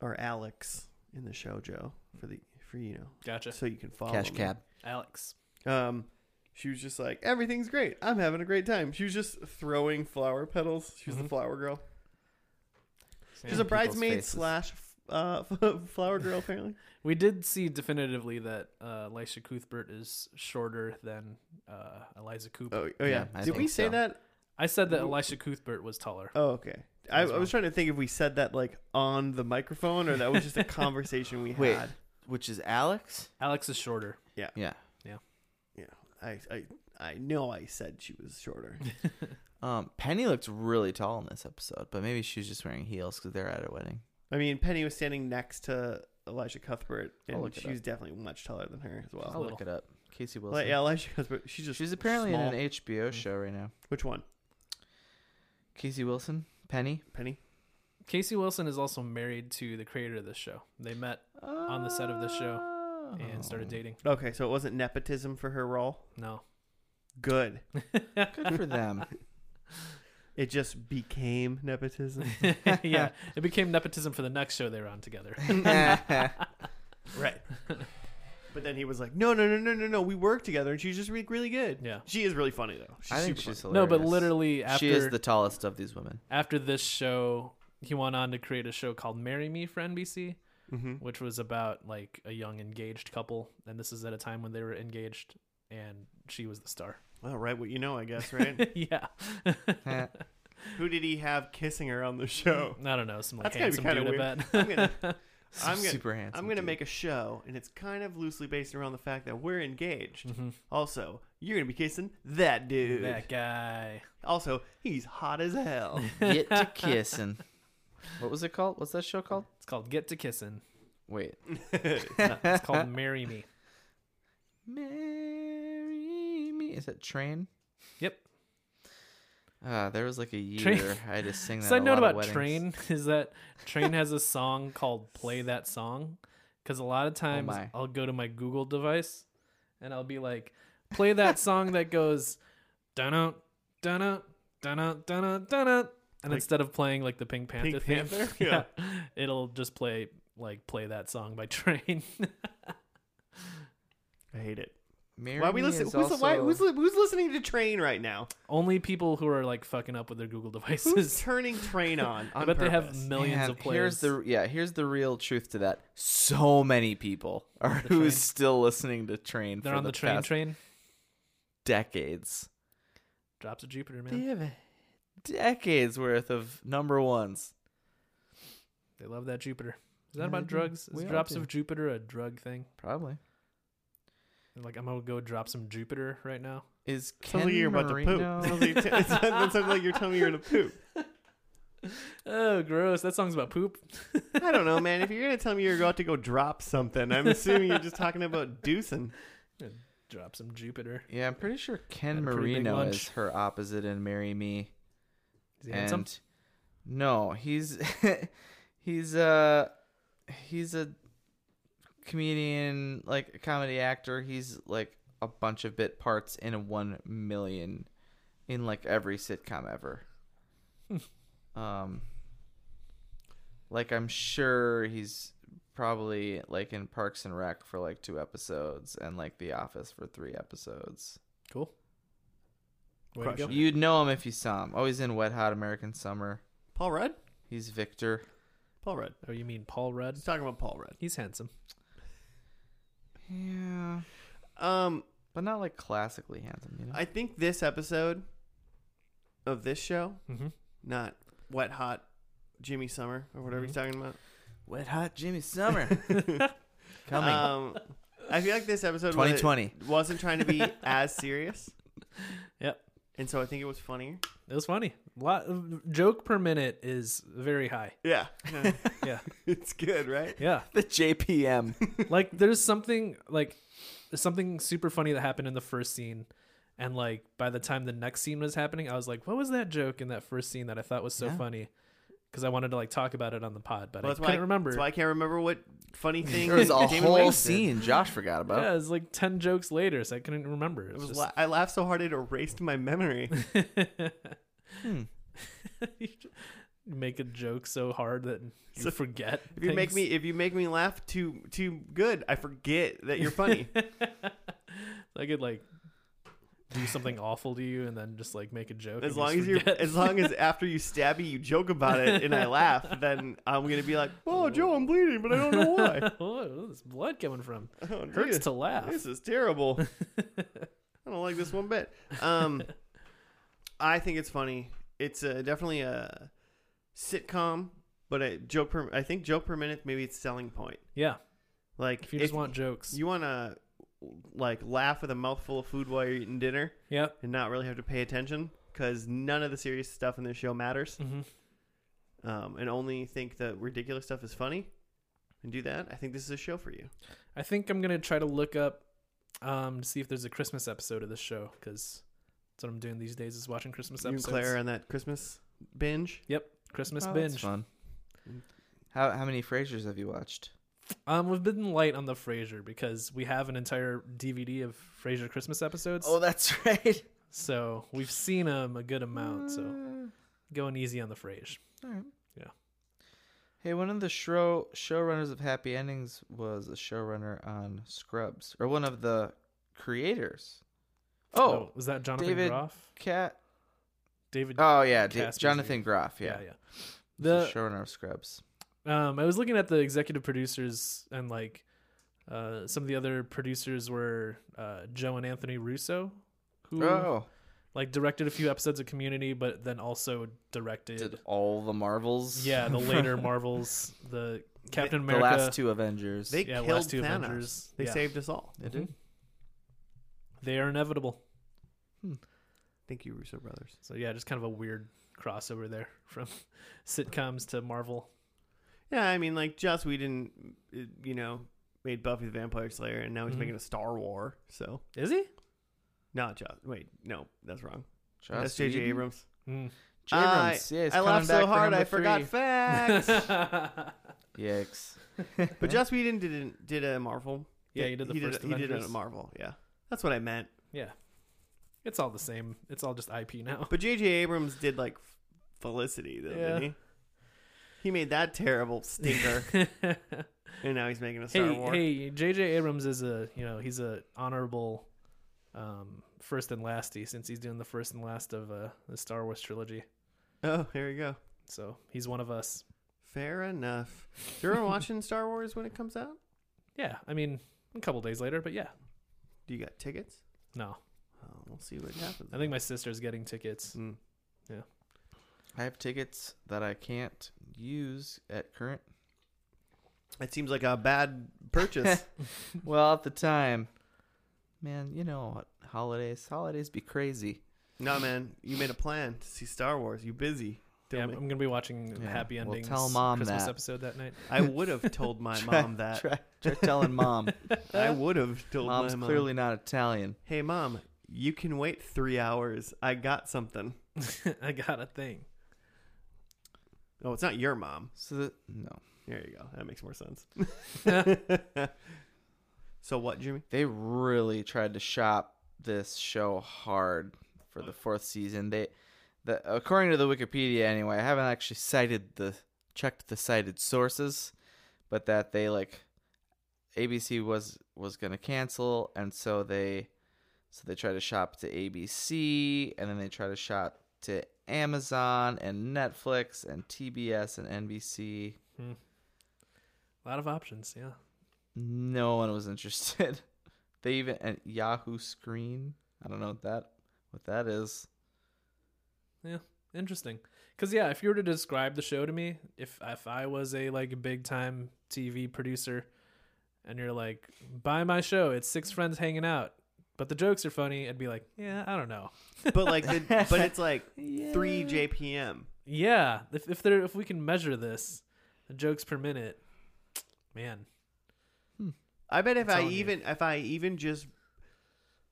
[SPEAKER 1] or Alex in the show Joe for the for you know
[SPEAKER 2] Gotcha.
[SPEAKER 1] so you can follow
[SPEAKER 3] cash
[SPEAKER 1] me.
[SPEAKER 3] cab
[SPEAKER 2] Alex.
[SPEAKER 1] Um, she was just like everything's great. I'm having a great time. She was just throwing flower petals. She was the
[SPEAKER 2] Mhm.
[SPEAKER 1] flower girl. She
[SPEAKER 2] Yeah.
[SPEAKER 1] was a
[SPEAKER 3] people's
[SPEAKER 1] bridesmaid
[SPEAKER 3] faces.
[SPEAKER 1] slash uh, flower girl apparently.
[SPEAKER 2] We did see definitively that uh, Elisha Cuthbert is shorter than uh, Eliza Cooper.
[SPEAKER 1] Oh, oh yeah.
[SPEAKER 3] Yeah, I
[SPEAKER 1] Did we
[SPEAKER 3] think
[SPEAKER 1] say
[SPEAKER 3] so.
[SPEAKER 1] that
[SPEAKER 2] I said that
[SPEAKER 1] Who-
[SPEAKER 2] Elisha Cuthbert was taller.
[SPEAKER 1] Oh, okay. I,
[SPEAKER 2] As
[SPEAKER 1] I was trying to think if we said that like on the microphone or that was just a conversation we had.
[SPEAKER 3] Wait. which is alex
[SPEAKER 2] Alex is shorter.
[SPEAKER 3] yeah
[SPEAKER 1] I, I I know I said she was shorter.
[SPEAKER 3] Um, Penny looked really tall in this episode, but maybe she was just wearing heels because they're at a wedding.
[SPEAKER 1] I mean, Penny was standing next to Elijah Cuthbert,
[SPEAKER 3] I'll
[SPEAKER 1] and
[SPEAKER 3] look it
[SPEAKER 1] she's definitely much taller than her as
[SPEAKER 3] I'll
[SPEAKER 1] well.
[SPEAKER 3] look it up. Casey Wilson.
[SPEAKER 1] Like, yeah, Elijah Cuthbert. She's just
[SPEAKER 3] She's apparently
[SPEAKER 1] small.
[SPEAKER 3] in an HBO show right now.
[SPEAKER 1] Which one?
[SPEAKER 3] Casey Wilson, Penny.
[SPEAKER 1] Penny.
[SPEAKER 2] Casey Wilson is also married to the creator of this show. They met the set of this show,
[SPEAKER 3] Oh.
[SPEAKER 2] and started dating.
[SPEAKER 1] Okay, so it wasn't nepotism for her role.
[SPEAKER 2] No.
[SPEAKER 1] Good.
[SPEAKER 3] Good for them.
[SPEAKER 1] It just became nepotism.
[SPEAKER 2] yeah. It became nepotism for the next show they were on together.
[SPEAKER 1] right. But then he was like, "No, no, no, no, no, no. We work together, and she's just re- really good.
[SPEAKER 2] Yeah.
[SPEAKER 1] She is really funny though. She's
[SPEAKER 3] I think
[SPEAKER 1] super
[SPEAKER 3] she's
[SPEAKER 2] No,
[SPEAKER 3] hilarious.
[SPEAKER 2] but literally after
[SPEAKER 3] she is the tallest of these women.
[SPEAKER 2] after this show, he went on to create a show called Marry Me for NBC,
[SPEAKER 1] Mm-hmm.
[SPEAKER 2] which was about like a young engaged couple, and this is at a time when they were engaged and she was the star.
[SPEAKER 1] Well, right what you know, I guess, right?
[SPEAKER 2] yeah.
[SPEAKER 3] Eh.
[SPEAKER 1] Who did he have kissing her on the show?
[SPEAKER 2] I don't know, some like
[SPEAKER 1] That's gotta be
[SPEAKER 2] handsome
[SPEAKER 1] kinda
[SPEAKER 2] dude I
[SPEAKER 1] weird.
[SPEAKER 2] bet.
[SPEAKER 1] I'm gonna- I'm gonna-
[SPEAKER 3] super handsome.
[SPEAKER 1] I'm going to
[SPEAKER 3] dude.
[SPEAKER 1] make a show, and it's kind of loosely based around the fact that we're engaged.
[SPEAKER 3] Mm-hmm.
[SPEAKER 2] Mhm.
[SPEAKER 1] Also, you're going to be kissing that dude.
[SPEAKER 2] That guy.
[SPEAKER 1] Also, he's hot as hell.
[SPEAKER 3] get to kissing. What was it called? What's that show called?
[SPEAKER 2] It's called Get to Kissin'.
[SPEAKER 3] Wait,
[SPEAKER 2] No, it's called Marry Me.
[SPEAKER 3] marry me. Is that train?
[SPEAKER 2] Yep.
[SPEAKER 3] Uh, there was like a year
[SPEAKER 2] Train-
[SPEAKER 3] I had to sing that.
[SPEAKER 2] Side
[SPEAKER 3] at a
[SPEAKER 2] note
[SPEAKER 3] lot of
[SPEAKER 2] about
[SPEAKER 3] weddings.
[SPEAKER 2] Train is that Train has a song called "Play That Song" because a lot of times
[SPEAKER 3] Oh, my.
[SPEAKER 2] I'll go to my Google device and I'll be like, "Play that song that goes dun dun dun dun dun dun," and
[SPEAKER 1] Like
[SPEAKER 2] instead of playing like the Pink Panther
[SPEAKER 1] Pink
[SPEAKER 2] theme,
[SPEAKER 1] Panther?
[SPEAKER 2] yeah, it'll just play like "Play That Song" by Train.
[SPEAKER 1] I hate it.
[SPEAKER 3] Marry
[SPEAKER 1] Why are we
[SPEAKER 3] Me
[SPEAKER 1] listening?
[SPEAKER 3] is
[SPEAKER 1] Who's, the- why,
[SPEAKER 3] also-
[SPEAKER 1] who's, li- who's listening to Train right now?
[SPEAKER 2] Only people who are like fucking up with their Google
[SPEAKER 1] Who's
[SPEAKER 2] devices.
[SPEAKER 1] turning Train on?
[SPEAKER 2] I
[SPEAKER 1] on
[SPEAKER 2] bet they have
[SPEAKER 1] purpose?
[SPEAKER 2] millions
[SPEAKER 3] Man,
[SPEAKER 2] of players.
[SPEAKER 3] Here's the yeah. Here's the real truth to that. So many people are
[SPEAKER 2] The
[SPEAKER 3] who
[SPEAKER 2] train.
[SPEAKER 3] is still listening to Train.
[SPEAKER 2] They're
[SPEAKER 3] for
[SPEAKER 2] on the, train.
[SPEAKER 3] past
[SPEAKER 2] Train
[SPEAKER 3] Decades.
[SPEAKER 2] drops of Jupiter, man.
[SPEAKER 3] They have decades worth of number ones.
[SPEAKER 2] They love that Jupiter. Is
[SPEAKER 3] Yeah,
[SPEAKER 2] that
[SPEAKER 3] they
[SPEAKER 2] about
[SPEAKER 3] do.
[SPEAKER 2] drugs? Is
[SPEAKER 3] We all
[SPEAKER 2] drops
[SPEAKER 3] do.
[SPEAKER 2] of Jupiter a drug thing?
[SPEAKER 3] Probably
[SPEAKER 2] Like I'm gonna go drop some Jupiter right now.
[SPEAKER 3] is Ken
[SPEAKER 1] Sounds like you're about
[SPEAKER 3] Marino.
[SPEAKER 1] to poop. Sounds like, it sounds like you're telling me you're going to poop.
[SPEAKER 2] oh, gross. That song's about poop.
[SPEAKER 1] I don't know, man. If you're gonna tell me you're about to go drop something, I'm assuming you're just talking about deucing.
[SPEAKER 2] Drop some Jupiter.
[SPEAKER 3] Yeah, I'm pretty sure Ken
[SPEAKER 2] Had a pretty big
[SPEAKER 3] Marino
[SPEAKER 2] lunch.
[SPEAKER 3] is her opposite in Marry Me.
[SPEAKER 2] Is he handsome?
[SPEAKER 3] And no, he's he's uh he's a comedian, like a comedy actor. He's like a bunch of bit parts in one million in like every sitcom ever. um like I'm sure he's probably like in Parks and Rec for like two episodes and like The Office for three episodes.
[SPEAKER 2] Cool. Way to
[SPEAKER 1] Crush
[SPEAKER 2] go.
[SPEAKER 1] it.
[SPEAKER 3] You'd know him if you saw him. Oh, he's in Wet Hot American Summer.
[SPEAKER 1] Paul Rudd.
[SPEAKER 3] He's Victor.
[SPEAKER 1] Paul Rudd.
[SPEAKER 2] Oh, you mean Paul Rudd?
[SPEAKER 1] Just talking about Paul Rudd.
[SPEAKER 2] He's handsome.
[SPEAKER 3] Yeah.
[SPEAKER 1] Um,
[SPEAKER 3] But not like classically handsome, you know?
[SPEAKER 1] I think this episode of this show,
[SPEAKER 2] Mm-hmm.
[SPEAKER 1] not Wet Hot Jimmy Summer or whatever he's talking about.
[SPEAKER 3] Wet Hot Jimmy Summer. Uh, Coming.
[SPEAKER 1] Um, I feel like this episode wa-
[SPEAKER 3] 2020.
[SPEAKER 1] wasn't trying to be as serious.
[SPEAKER 2] Yep.
[SPEAKER 1] And so I think it was funnier.
[SPEAKER 2] It was funny. lot joke per minute is very high.
[SPEAKER 1] Yeah.
[SPEAKER 2] Yeah.
[SPEAKER 1] it's good, right?
[SPEAKER 2] Yeah.
[SPEAKER 3] the JPM.
[SPEAKER 2] like there's something like there's something super funny that happened in the first scene and like by the time the next scene was happening i was like what was that joke in that first scene that i thought was so
[SPEAKER 3] Yeah.
[SPEAKER 2] funny because i wanted to like talk about it on the pod but
[SPEAKER 1] Well,
[SPEAKER 2] i
[SPEAKER 1] that's why
[SPEAKER 2] couldn't remember
[SPEAKER 1] That's why I can't remember what funny thing.
[SPEAKER 3] There was a
[SPEAKER 1] Damon
[SPEAKER 3] whole
[SPEAKER 1] Wayans did.
[SPEAKER 3] scene Josh forgot about.
[SPEAKER 2] yeah it was like 10 jokes later so i couldn't remember it
[SPEAKER 1] It
[SPEAKER 2] was,
[SPEAKER 1] was la- I laughed so hard it erased my memory.
[SPEAKER 2] just
[SPEAKER 3] Hmm.
[SPEAKER 2] you make a joke so hard that you
[SPEAKER 1] So,
[SPEAKER 2] forget
[SPEAKER 1] If you make
[SPEAKER 2] things.
[SPEAKER 1] me, if you make me laugh too too good, I forget that you're funny.
[SPEAKER 2] i could like do something awful to you and then just like make a joke
[SPEAKER 1] as
[SPEAKER 2] and
[SPEAKER 1] long
[SPEAKER 2] just
[SPEAKER 1] as you're,
[SPEAKER 2] forget.
[SPEAKER 1] as long as after you stab me, you joke about it, and I laugh, then I'm gonna be like,
[SPEAKER 2] Oh,
[SPEAKER 1] "Whoa, Joe, I'm bleeding, but I don't know why.
[SPEAKER 2] Whoa, where's blood coming from?
[SPEAKER 1] Oh,
[SPEAKER 2] Hurts
[SPEAKER 1] geez,
[SPEAKER 2] to laugh.
[SPEAKER 1] this is terrible. I don't like this one bit." Um, I think it's funny. It's uh definitely a sitcom, but a joke per. I think joke per minute. Maybe it's selling point.
[SPEAKER 2] Yeah,
[SPEAKER 1] Like
[SPEAKER 2] if you just want jokes.
[SPEAKER 1] you want to like laugh with a mouthful of food while you're eating dinner
[SPEAKER 2] yeah.
[SPEAKER 1] and not really have to pay attention because none of the serious stuff in this show matters
[SPEAKER 2] hmm
[SPEAKER 1] um, and only think the ridiculous stuff is funny and do that i think this is a show for you
[SPEAKER 2] I think I'm gonna try to look up um to see if there's a Christmas episode of this show because that's what I'm doing these days is watching Christmas
[SPEAKER 1] you and
[SPEAKER 2] episodes.
[SPEAKER 1] claire on that christmas binge
[SPEAKER 2] Christmas
[SPEAKER 3] Oh, that's
[SPEAKER 2] binge.
[SPEAKER 3] fun. How, how many Frasers have you watched?
[SPEAKER 2] Um, we've been light on the Frasier because we have an entire DVD of Frasier Christmas episodes.
[SPEAKER 3] Oh, that's right.
[SPEAKER 2] So we've seen them a good amount.
[SPEAKER 3] Mm.
[SPEAKER 2] So
[SPEAKER 3] Uh,
[SPEAKER 2] going easy on the Frasier.
[SPEAKER 3] All right.
[SPEAKER 2] Yeah.
[SPEAKER 3] Hey, one of the show showrunners of Happy Endings was a showrunner on Scrubs, or one of the creators. Oh,
[SPEAKER 2] was that Jonathan
[SPEAKER 3] David-
[SPEAKER 2] Groff?
[SPEAKER 3] cat.
[SPEAKER 2] David.
[SPEAKER 3] Oh yeah, D-
[SPEAKER 2] Casper's
[SPEAKER 3] Jonathan Groff. Yeah,
[SPEAKER 2] yeah.
[SPEAKER 3] the
[SPEAKER 2] The
[SPEAKER 3] showrunner of Scrubs.
[SPEAKER 2] Um, I was looking at the executive producers and like uh, some of the other producers were uh, Joe and Anthony Russo, who
[SPEAKER 3] Oh,
[SPEAKER 2] like directed a few episodes of Community, but then also directed
[SPEAKER 3] did all the Marvels?
[SPEAKER 2] yeah the later Marvels, the Captain
[SPEAKER 3] the
[SPEAKER 2] America,
[SPEAKER 3] last two Avengers.
[SPEAKER 1] they
[SPEAKER 2] yeah,
[SPEAKER 1] killed
[SPEAKER 2] last two
[SPEAKER 1] Thanos.
[SPEAKER 2] Avengers.
[SPEAKER 1] they
[SPEAKER 2] Yeah. Mhm.
[SPEAKER 1] saved us all
[SPEAKER 3] They did.
[SPEAKER 2] They are inevitable.
[SPEAKER 1] thank you russo brothers
[SPEAKER 2] So yeah, just kind of a weird crossover there from sitcoms to Marvel.
[SPEAKER 1] yeah i mean like joss whedon uh, you know made buffy the vampire slayer and now he's
[SPEAKER 2] Mhm.
[SPEAKER 1] making a star war so
[SPEAKER 2] Is he?
[SPEAKER 1] not joss wait no that's wrong
[SPEAKER 3] Joss
[SPEAKER 1] that's jj
[SPEAKER 3] Whedon?
[SPEAKER 1] abrams
[SPEAKER 2] Mm.
[SPEAKER 3] Abrams, yeah, he's
[SPEAKER 1] I
[SPEAKER 3] coming
[SPEAKER 1] laughed
[SPEAKER 3] back
[SPEAKER 1] so
[SPEAKER 3] for
[SPEAKER 1] hard
[SPEAKER 3] number
[SPEAKER 1] I forgot
[SPEAKER 3] three.
[SPEAKER 1] facts.
[SPEAKER 3] Yikes.
[SPEAKER 1] But Joss Whedon did did a Marvel.
[SPEAKER 2] yeah, you did the
[SPEAKER 1] he
[SPEAKER 2] first
[SPEAKER 1] did, he
[SPEAKER 2] Avengers.
[SPEAKER 1] did a Marvel. Yeah, that's what I meant.
[SPEAKER 2] Yeah, it's all the same. It's all just IP now.
[SPEAKER 1] But J.J. Abrams did like Felicity, though,
[SPEAKER 2] Yeah.
[SPEAKER 1] didn't he? He made that terrible stinker, and now he's making a Star
[SPEAKER 2] hey,
[SPEAKER 1] Wars.
[SPEAKER 2] hey, J.J. Abrams is a you know he's a honorable um, first and lasty since he's doing the first and last of uh, the Star Wars trilogy.
[SPEAKER 1] Oh, here we go.
[SPEAKER 2] So he's one of us.
[SPEAKER 1] Fair enough. Do you remember watching Star Wars when it comes out?
[SPEAKER 2] Yeah, I mean a couple days later, but yeah,
[SPEAKER 1] Do you got tickets?
[SPEAKER 2] no,
[SPEAKER 1] Oh, we'll see what happens.
[SPEAKER 2] I think my sister's getting tickets.
[SPEAKER 1] Mm.
[SPEAKER 3] I have tickets that I can't use at current.
[SPEAKER 1] It seems like a bad purchase.
[SPEAKER 3] Well, at the time, man, you know what? Holidays, holidays be crazy.
[SPEAKER 1] no, man, you made a plan to see Star Wars. You busy?
[SPEAKER 2] Yeah,
[SPEAKER 1] Tell
[SPEAKER 2] I'm
[SPEAKER 1] me.
[SPEAKER 2] I'm gonna be watching the
[SPEAKER 3] Yeah,
[SPEAKER 2] Happy
[SPEAKER 3] well,
[SPEAKER 2] Endings
[SPEAKER 3] tell Mom
[SPEAKER 2] Christmas
[SPEAKER 3] that.
[SPEAKER 2] episode that night.
[SPEAKER 1] I would have told my
[SPEAKER 3] Try-
[SPEAKER 1] mom that.
[SPEAKER 3] Try, try telling mom.
[SPEAKER 1] I would have told
[SPEAKER 3] Mom's
[SPEAKER 1] my mom.
[SPEAKER 3] clearly not Italian.
[SPEAKER 1] Hey, mom, you can wait three hours. I got something.
[SPEAKER 2] I got a thing.
[SPEAKER 1] Oh, it's not your mom.
[SPEAKER 3] So the, no,
[SPEAKER 1] There you go. That makes more sense. so what, Jimmy?
[SPEAKER 3] they really tried to shop this show hard for the fourth season. They, the according to the Wikipedia anyway, I haven't actually cited the checked the cited sources, but that they like ABC was was gonna cancel, and so they so they tried to shop to ABC, and then they tried to shop to Amazon and Netflix and TBS and NBC.
[SPEAKER 2] A lot of options. Yeah.
[SPEAKER 3] No one was interested. They even and Yahoo Screen. I don't know what that what that is.
[SPEAKER 2] Interesting. Cuz yeah, if you were to describe the show to me, if if I was a like big time TV producer and you're like, "Buy my show. It's six friends hanging out, but the jokes are funny." I'd be like, "Yeah, I don't know."
[SPEAKER 1] But like, the, but it's like three JPM.
[SPEAKER 2] Yeah, if if there if we can measure this, the jokes per minute. Man.
[SPEAKER 1] I bet if
[SPEAKER 2] It's
[SPEAKER 1] I
[SPEAKER 2] on you.
[SPEAKER 1] even if I even just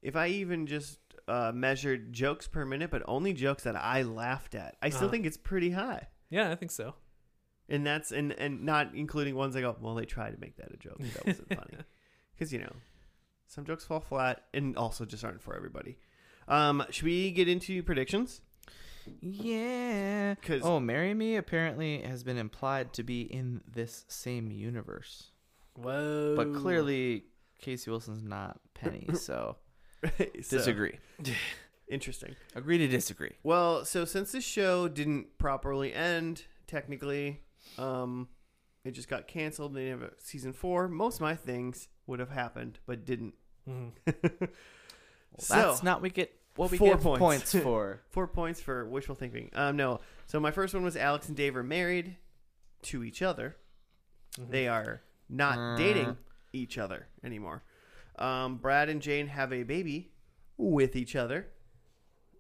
[SPEAKER 1] if I even just uh, measured jokes per minute, but only jokes that I laughed at, I still
[SPEAKER 2] Uh-huh.
[SPEAKER 1] think it's pretty high.
[SPEAKER 2] Yeah, I think so.
[SPEAKER 1] And that's and and not including ones that go, well, they tried to make that a joke. That wasn't funny because you know some jokes fall flat and also just aren't for everybody. Um, should we get into predictions?
[SPEAKER 3] Yeah.
[SPEAKER 1] 'Cause-
[SPEAKER 3] oh, marry me apparently has been implied to be in this same universe,
[SPEAKER 2] Whoa.
[SPEAKER 3] but clearly Casey Wilson's not Penny. So
[SPEAKER 1] So,
[SPEAKER 3] disagree.
[SPEAKER 1] Interesting.
[SPEAKER 3] Agree to disagree.
[SPEAKER 1] Well, so since this show didn't properly end, technically, um, it just got canceled. They didn't have a season four. Most of my things would have happened, but didn't.
[SPEAKER 2] Mhm.
[SPEAKER 3] Well, that's
[SPEAKER 1] So-
[SPEAKER 3] not we get what we
[SPEAKER 1] Four
[SPEAKER 3] get
[SPEAKER 1] points.
[SPEAKER 3] points. for.
[SPEAKER 1] Four points for wishful thinking. Um, no. So my first one was Alex and Dave are married to each other.
[SPEAKER 2] Mhm.
[SPEAKER 1] They are not
[SPEAKER 3] Mm.
[SPEAKER 1] dating each other anymore. Um, Brad and Jane have a baby with each other.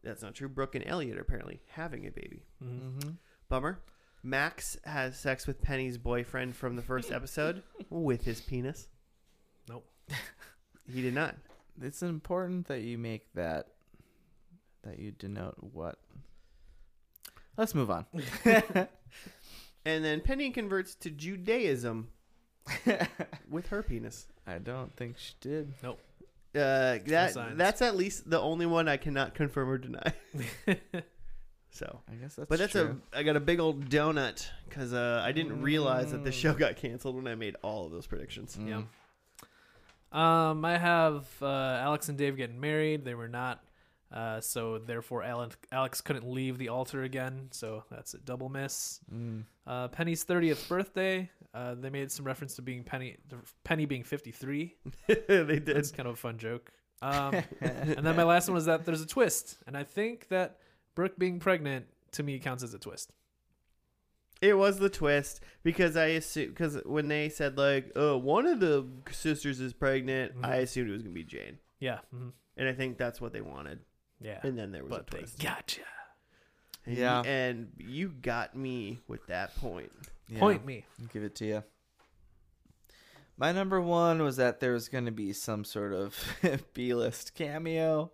[SPEAKER 1] That's not true. Brooke and Elliot are apparently having a baby.
[SPEAKER 2] Mhm.
[SPEAKER 3] Mm-hmm.
[SPEAKER 1] Bummer. Max has sex with Penny's boyfriend from the first episode with his penis.
[SPEAKER 2] Nope.
[SPEAKER 1] He did not.
[SPEAKER 3] It's important that you make that that you denote what. Let's move on.
[SPEAKER 1] And then Penny converts to Judaism with her penis.
[SPEAKER 3] I don't think she did.
[SPEAKER 1] Uh, that
[SPEAKER 2] signs.
[SPEAKER 1] that's at least the only one I cannot confirm or deny. so,
[SPEAKER 3] I guess that's.
[SPEAKER 1] but that's
[SPEAKER 3] true.
[SPEAKER 1] a I got a big old donut because uh, I didn't realize that the
[SPEAKER 3] Mm.
[SPEAKER 1] show got canceled when I made all of those predictions.
[SPEAKER 2] Yeah. Um, I have uh, Alex and Dave getting married. They were not, uh, so therefore Alan, Alex couldn't leave the altar again. So that's a double miss.
[SPEAKER 3] Mm.
[SPEAKER 2] Uh, Penny's thirtieth birthday. Uh, they made some reference to being Penny, Penny being fifty three.
[SPEAKER 1] they did.
[SPEAKER 2] That's kind of a fun joke. Um, and then my last one was that there's a twist, and I think that Brooke being pregnant to me counts as a twist.
[SPEAKER 1] It was the twist because I assume because when they said like, "Oh, one of the sisters is pregnant," I
[SPEAKER 2] Mm-hmm.
[SPEAKER 1] assumed it was gonna be Jane,
[SPEAKER 2] Yeah, mhm.
[SPEAKER 1] and I think that's what they wanted.
[SPEAKER 2] yeah.
[SPEAKER 1] And then there was
[SPEAKER 2] But
[SPEAKER 1] a
[SPEAKER 2] they
[SPEAKER 1] twist.
[SPEAKER 2] gotcha.
[SPEAKER 1] And-
[SPEAKER 3] Yeah.
[SPEAKER 1] and you got me with that point.
[SPEAKER 3] Yeah.
[SPEAKER 2] Point me.
[SPEAKER 3] I'll give it to you. My number one was that there was going to be some sort of B list cameo,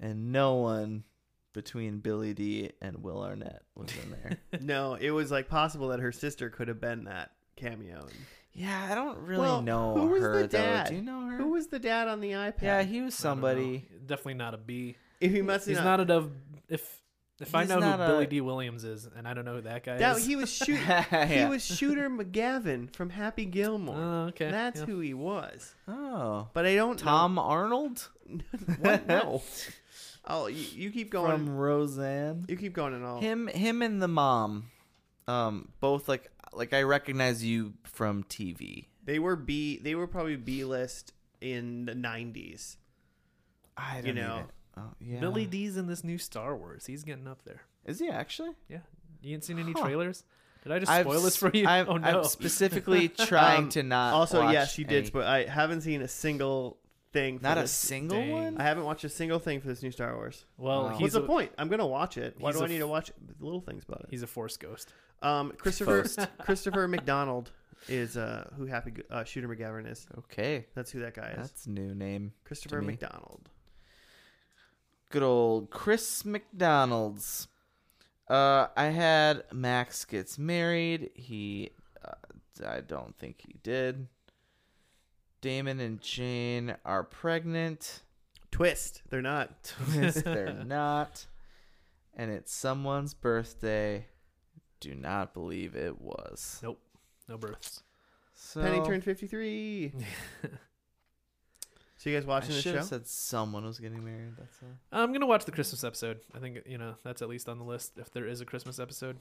[SPEAKER 3] and no one between Billy D and Will Arnett was in there.
[SPEAKER 1] no, it was like possible that her sister could have been that cameo.
[SPEAKER 3] yeah, I don't really
[SPEAKER 1] Well,
[SPEAKER 3] know
[SPEAKER 1] who was
[SPEAKER 3] her
[SPEAKER 1] the dad?
[SPEAKER 3] though. Do you know her?
[SPEAKER 1] Who was the dad on the iPad?
[SPEAKER 3] yeah, he was
[SPEAKER 2] I don't know.
[SPEAKER 3] somebody.
[SPEAKER 2] Definitely not a B.
[SPEAKER 1] if he must
[SPEAKER 2] He's
[SPEAKER 1] have
[SPEAKER 2] not a dove. If if I
[SPEAKER 3] He's
[SPEAKER 2] know
[SPEAKER 3] not
[SPEAKER 2] who
[SPEAKER 3] a-
[SPEAKER 2] Billy D. Williams is, and I don't know who that guy
[SPEAKER 1] that
[SPEAKER 2] is.
[SPEAKER 1] he was shoot.
[SPEAKER 3] Yeah.
[SPEAKER 1] He was Shooter McGavin from Happy Gilmore.
[SPEAKER 2] Oh, okay.
[SPEAKER 1] That's
[SPEAKER 2] yeah.
[SPEAKER 1] who he was.
[SPEAKER 3] Oh,
[SPEAKER 1] But I don't know-
[SPEAKER 3] Tom Arnold
[SPEAKER 1] what? No. Oh, you, you keep going.
[SPEAKER 3] from Roseanne.
[SPEAKER 1] you keep going and all.
[SPEAKER 3] Him, him, and the mom, um, both like like I recognize you from TV.
[SPEAKER 1] They were B. They were probably B list in the nineties.
[SPEAKER 3] I don't
[SPEAKER 1] You know.
[SPEAKER 3] even- Oh, yeah.
[SPEAKER 2] Billy D's in this new Star Wars. He's getting up there.
[SPEAKER 3] Is he actually?
[SPEAKER 2] Yeah. You ain't seen any
[SPEAKER 3] Huh.
[SPEAKER 2] trailers? Did I just spoil this for
[SPEAKER 3] s-
[SPEAKER 2] you?
[SPEAKER 3] I'm,
[SPEAKER 2] oh no.
[SPEAKER 3] I'm specifically trying
[SPEAKER 1] Um,
[SPEAKER 3] to not.
[SPEAKER 1] Also,
[SPEAKER 3] watch
[SPEAKER 1] yes, you
[SPEAKER 3] any-
[SPEAKER 1] did. But I haven't seen a single thing. For
[SPEAKER 3] Not a
[SPEAKER 1] this.
[SPEAKER 3] single
[SPEAKER 2] Dang.
[SPEAKER 3] one.
[SPEAKER 1] I haven't watched a single thing for this new Star Wars.
[SPEAKER 2] Well,
[SPEAKER 3] Wow.
[SPEAKER 2] he's
[SPEAKER 1] What's the
[SPEAKER 2] a,
[SPEAKER 1] point? I'm gonna watch it. Why
[SPEAKER 2] he's
[SPEAKER 1] do I
[SPEAKER 2] a
[SPEAKER 1] need
[SPEAKER 2] f-
[SPEAKER 1] to watch little things about it?
[SPEAKER 2] He's a force ghost.
[SPEAKER 1] Um, Christopher
[SPEAKER 3] Post.
[SPEAKER 1] Christopher McDonald is uh, who Happy Go- uh, Shooter McGavern is.
[SPEAKER 3] Okay,
[SPEAKER 1] That's who that guy is.
[SPEAKER 3] that's a new name.
[SPEAKER 1] Christopher
[SPEAKER 3] me.
[SPEAKER 1] McDonald.
[SPEAKER 3] Good old Chris McDonald's. Uh, I had Max gets married. He, uh, I don't think he did. Damon and Jane are pregnant.
[SPEAKER 1] Twist. They're not.
[SPEAKER 3] Twist, they're not. And it's someone's birthday. Do not believe it was.
[SPEAKER 2] Nope. No births.
[SPEAKER 3] So,
[SPEAKER 1] Penny turned 53. so you guys
[SPEAKER 3] I
[SPEAKER 1] watching this
[SPEAKER 3] should
[SPEAKER 1] show?
[SPEAKER 3] have said someone was getting married. That's all.
[SPEAKER 2] I'm gonna watch the Christmas episode. I think you know that's at least on the list if there is a Christmas episode.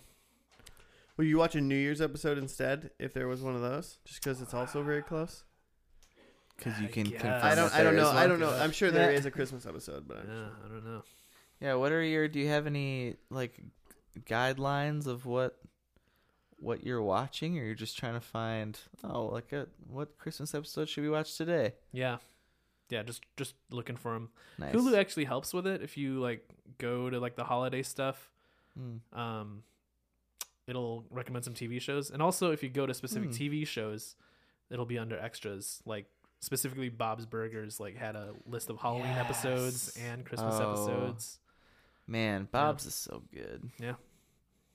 [SPEAKER 1] Will you watch a New Year's episode instead if there was one of those? Just because it's also very close.
[SPEAKER 3] Because you
[SPEAKER 2] I
[SPEAKER 3] can
[SPEAKER 2] guess.
[SPEAKER 3] confirm.
[SPEAKER 1] I don't.
[SPEAKER 3] that
[SPEAKER 1] I don't
[SPEAKER 3] there
[SPEAKER 1] know.
[SPEAKER 3] is
[SPEAKER 1] I
[SPEAKER 3] one.
[SPEAKER 1] don't know. I'm sure there
[SPEAKER 3] Yeah.
[SPEAKER 1] is a Christmas episode, but
[SPEAKER 2] Yeah,
[SPEAKER 1] I'm
[SPEAKER 2] I don't know.
[SPEAKER 3] Yeah, what are your do you have any like guidelines of what what you're watching or you're just trying to find oh like a what Christmas episode should we watch today?
[SPEAKER 2] Yeah, yeah. Just just looking for him.
[SPEAKER 3] Nice.
[SPEAKER 2] Hulu actually helps with it if you like go to like the holiday stuff.
[SPEAKER 3] Mm.
[SPEAKER 2] um, it'll recommend some TV shows, and also if you go to specific
[SPEAKER 3] Hmm.
[SPEAKER 2] TV shows, it'll be under extras. Like specifically, Bob's Burgers like had a list of Halloween episodes
[SPEAKER 3] Yes.
[SPEAKER 2] and Christmas
[SPEAKER 3] Oh.
[SPEAKER 2] episodes.
[SPEAKER 3] Man, Bob's is so good.
[SPEAKER 2] Yeah.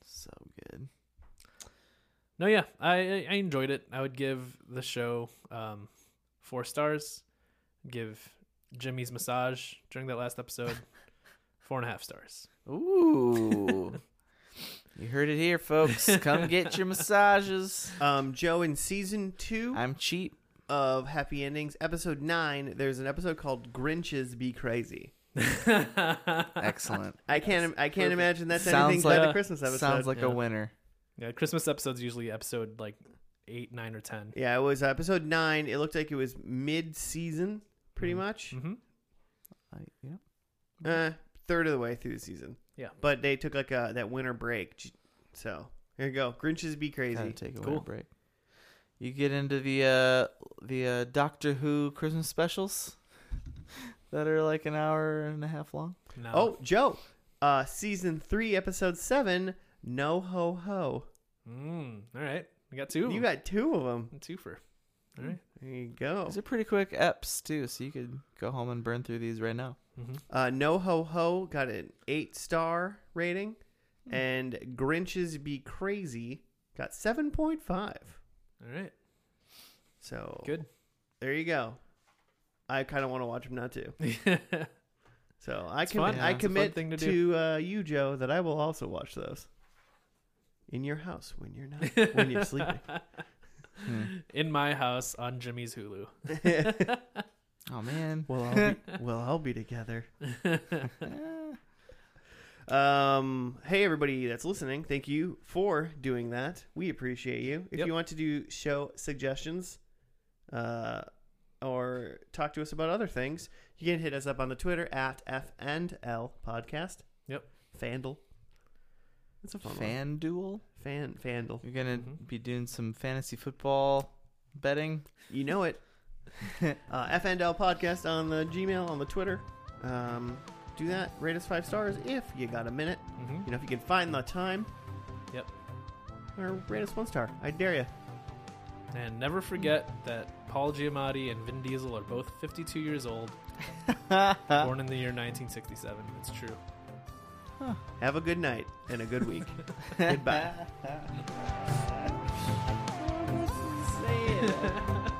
[SPEAKER 3] So good.
[SPEAKER 2] No, yeah, I I- I enjoyed it. I would give the show um, four stars. Give Jimmy's massage during that last episode four and a half stars.
[SPEAKER 3] Ooh. you heard it here folks. Come get your massages.
[SPEAKER 1] sure. Um, Joe, in season two
[SPEAKER 3] I'm cheap.
[SPEAKER 1] of Happy Endings, episode nine, there's an episode called "Grinches Be Crazy."
[SPEAKER 3] Excellent.
[SPEAKER 1] I can't. I can't
[SPEAKER 2] perfect.
[SPEAKER 1] imagine that's
[SPEAKER 3] Sounds
[SPEAKER 1] anything
[SPEAKER 3] like
[SPEAKER 1] but
[SPEAKER 2] a-
[SPEAKER 1] a Christmas episode.
[SPEAKER 3] Sounds like
[SPEAKER 2] Yeah.
[SPEAKER 3] a winner.
[SPEAKER 2] yeah, Christmas episodes usually episode like eight, nine, or ten.
[SPEAKER 1] yeah, it was episode nine. It looked like it was mid-season, pretty
[SPEAKER 2] Mhm.
[SPEAKER 1] much.
[SPEAKER 2] Mm-hmm.
[SPEAKER 3] I, yeah.
[SPEAKER 1] Uh, third of the way through the season.
[SPEAKER 2] Yeah.
[SPEAKER 1] but they took like a that winter break, j- so here you go. Grinches be
[SPEAKER 3] Gotta
[SPEAKER 1] crazy.
[SPEAKER 3] take a
[SPEAKER 2] Cool.
[SPEAKER 3] winter break. You get into the uh, the uh, Doctor Who Christmas specials that are like an hour and a half long.
[SPEAKER 2] No.
[SPEAKER 1] Oh, Joe, uh, season three, episode seven. No ho ho.
[SPEAKER 2] Mm, all right. We got two. of
[SPEAKER 1] You
[SPEAKER 2] 'em.
[SPEAKER 1] got two of them.
[SPEAKER 2] A twofer. All right.
[SPEAKER 1] There you go.
[SPEAKER 2] Oh.
[SPEAKER 3] These are pretty quick eps too, so you could go home and burn through these right now.
[SPEAKER 2] Mm-hmm.
[SPEAKER 1] Uh, no ho ho got an eight star rating,
[SPEAKER 2] Hmm.
[SPEAKER 1] and Grinches be crazy got seven point five.
[SPEAKER 2] All right.
[SPEAKER 1] So
[SPEAKER 2] Good.
[SPEAKER 1] There you go. I kind of want to watch them not to. So I
[SPEAKER 2] It's
[SPEAKER 1] can
[SPEAKER 2] fun.
[SPEAKER 1] I
[SPEAKER 2] It's a fun
[SPEAKER 1] commit
[SPEAKER 2] thing to
[SPEAKER 1] to,
[SPEAKER 2] do.
[SPEAKER 1] uh, you, Joe, that I will also watch those in your house when you're not when you're sleeping.
[SPEAKER 3] Hmm.
[SPEAKER 2] In my house on Jimmy's Hulu.
[SPEAKER 3] Oh man, Eh,
[SPEAKER 1] Well, I'll be, well, I'll be together. Um, hey, everybody that's listening, thank you for doing that. We appreciate you. If
[SPEAKER 2] Yep.
[SPEAKER 1] you want to do show suggestions uh, or talk to us about other things, you can hit us up on the Twitter at FNL Podcast.
[SPEAKER 2] Yep.
[SPEAKER 1] Fandle. That's a fun one.
[SPEAKER 3] fan duel.
[SPEAKER 1] Fan, Fandle.
[SPEAKER 3] You're gonna
[SPEAKER 2] Mhm.
[SPEAKER 3] be doing some fantasy football betting.
[SPEAKER 1] You know it. uh, FNL Podcast on the Gmail, on the Twitter. Um, do that. Rate us five stars if you got a minute.
[SPEAKER 2] Mm-hmm.
[SPEAKER 1] You know, if you can find the time.
[SPEAKER 2] Yep.
[SPEAKER 1] Or rate us one star. I dare you.
[SPEAKER 2] And never forget that Paul Giamatti and Vin Diesel are both 52 years old, born in the year 1967. It's true.
[SPEAKER 1] Have a good night and a good week. Goodbye.
[SPEAKER 3] Say it.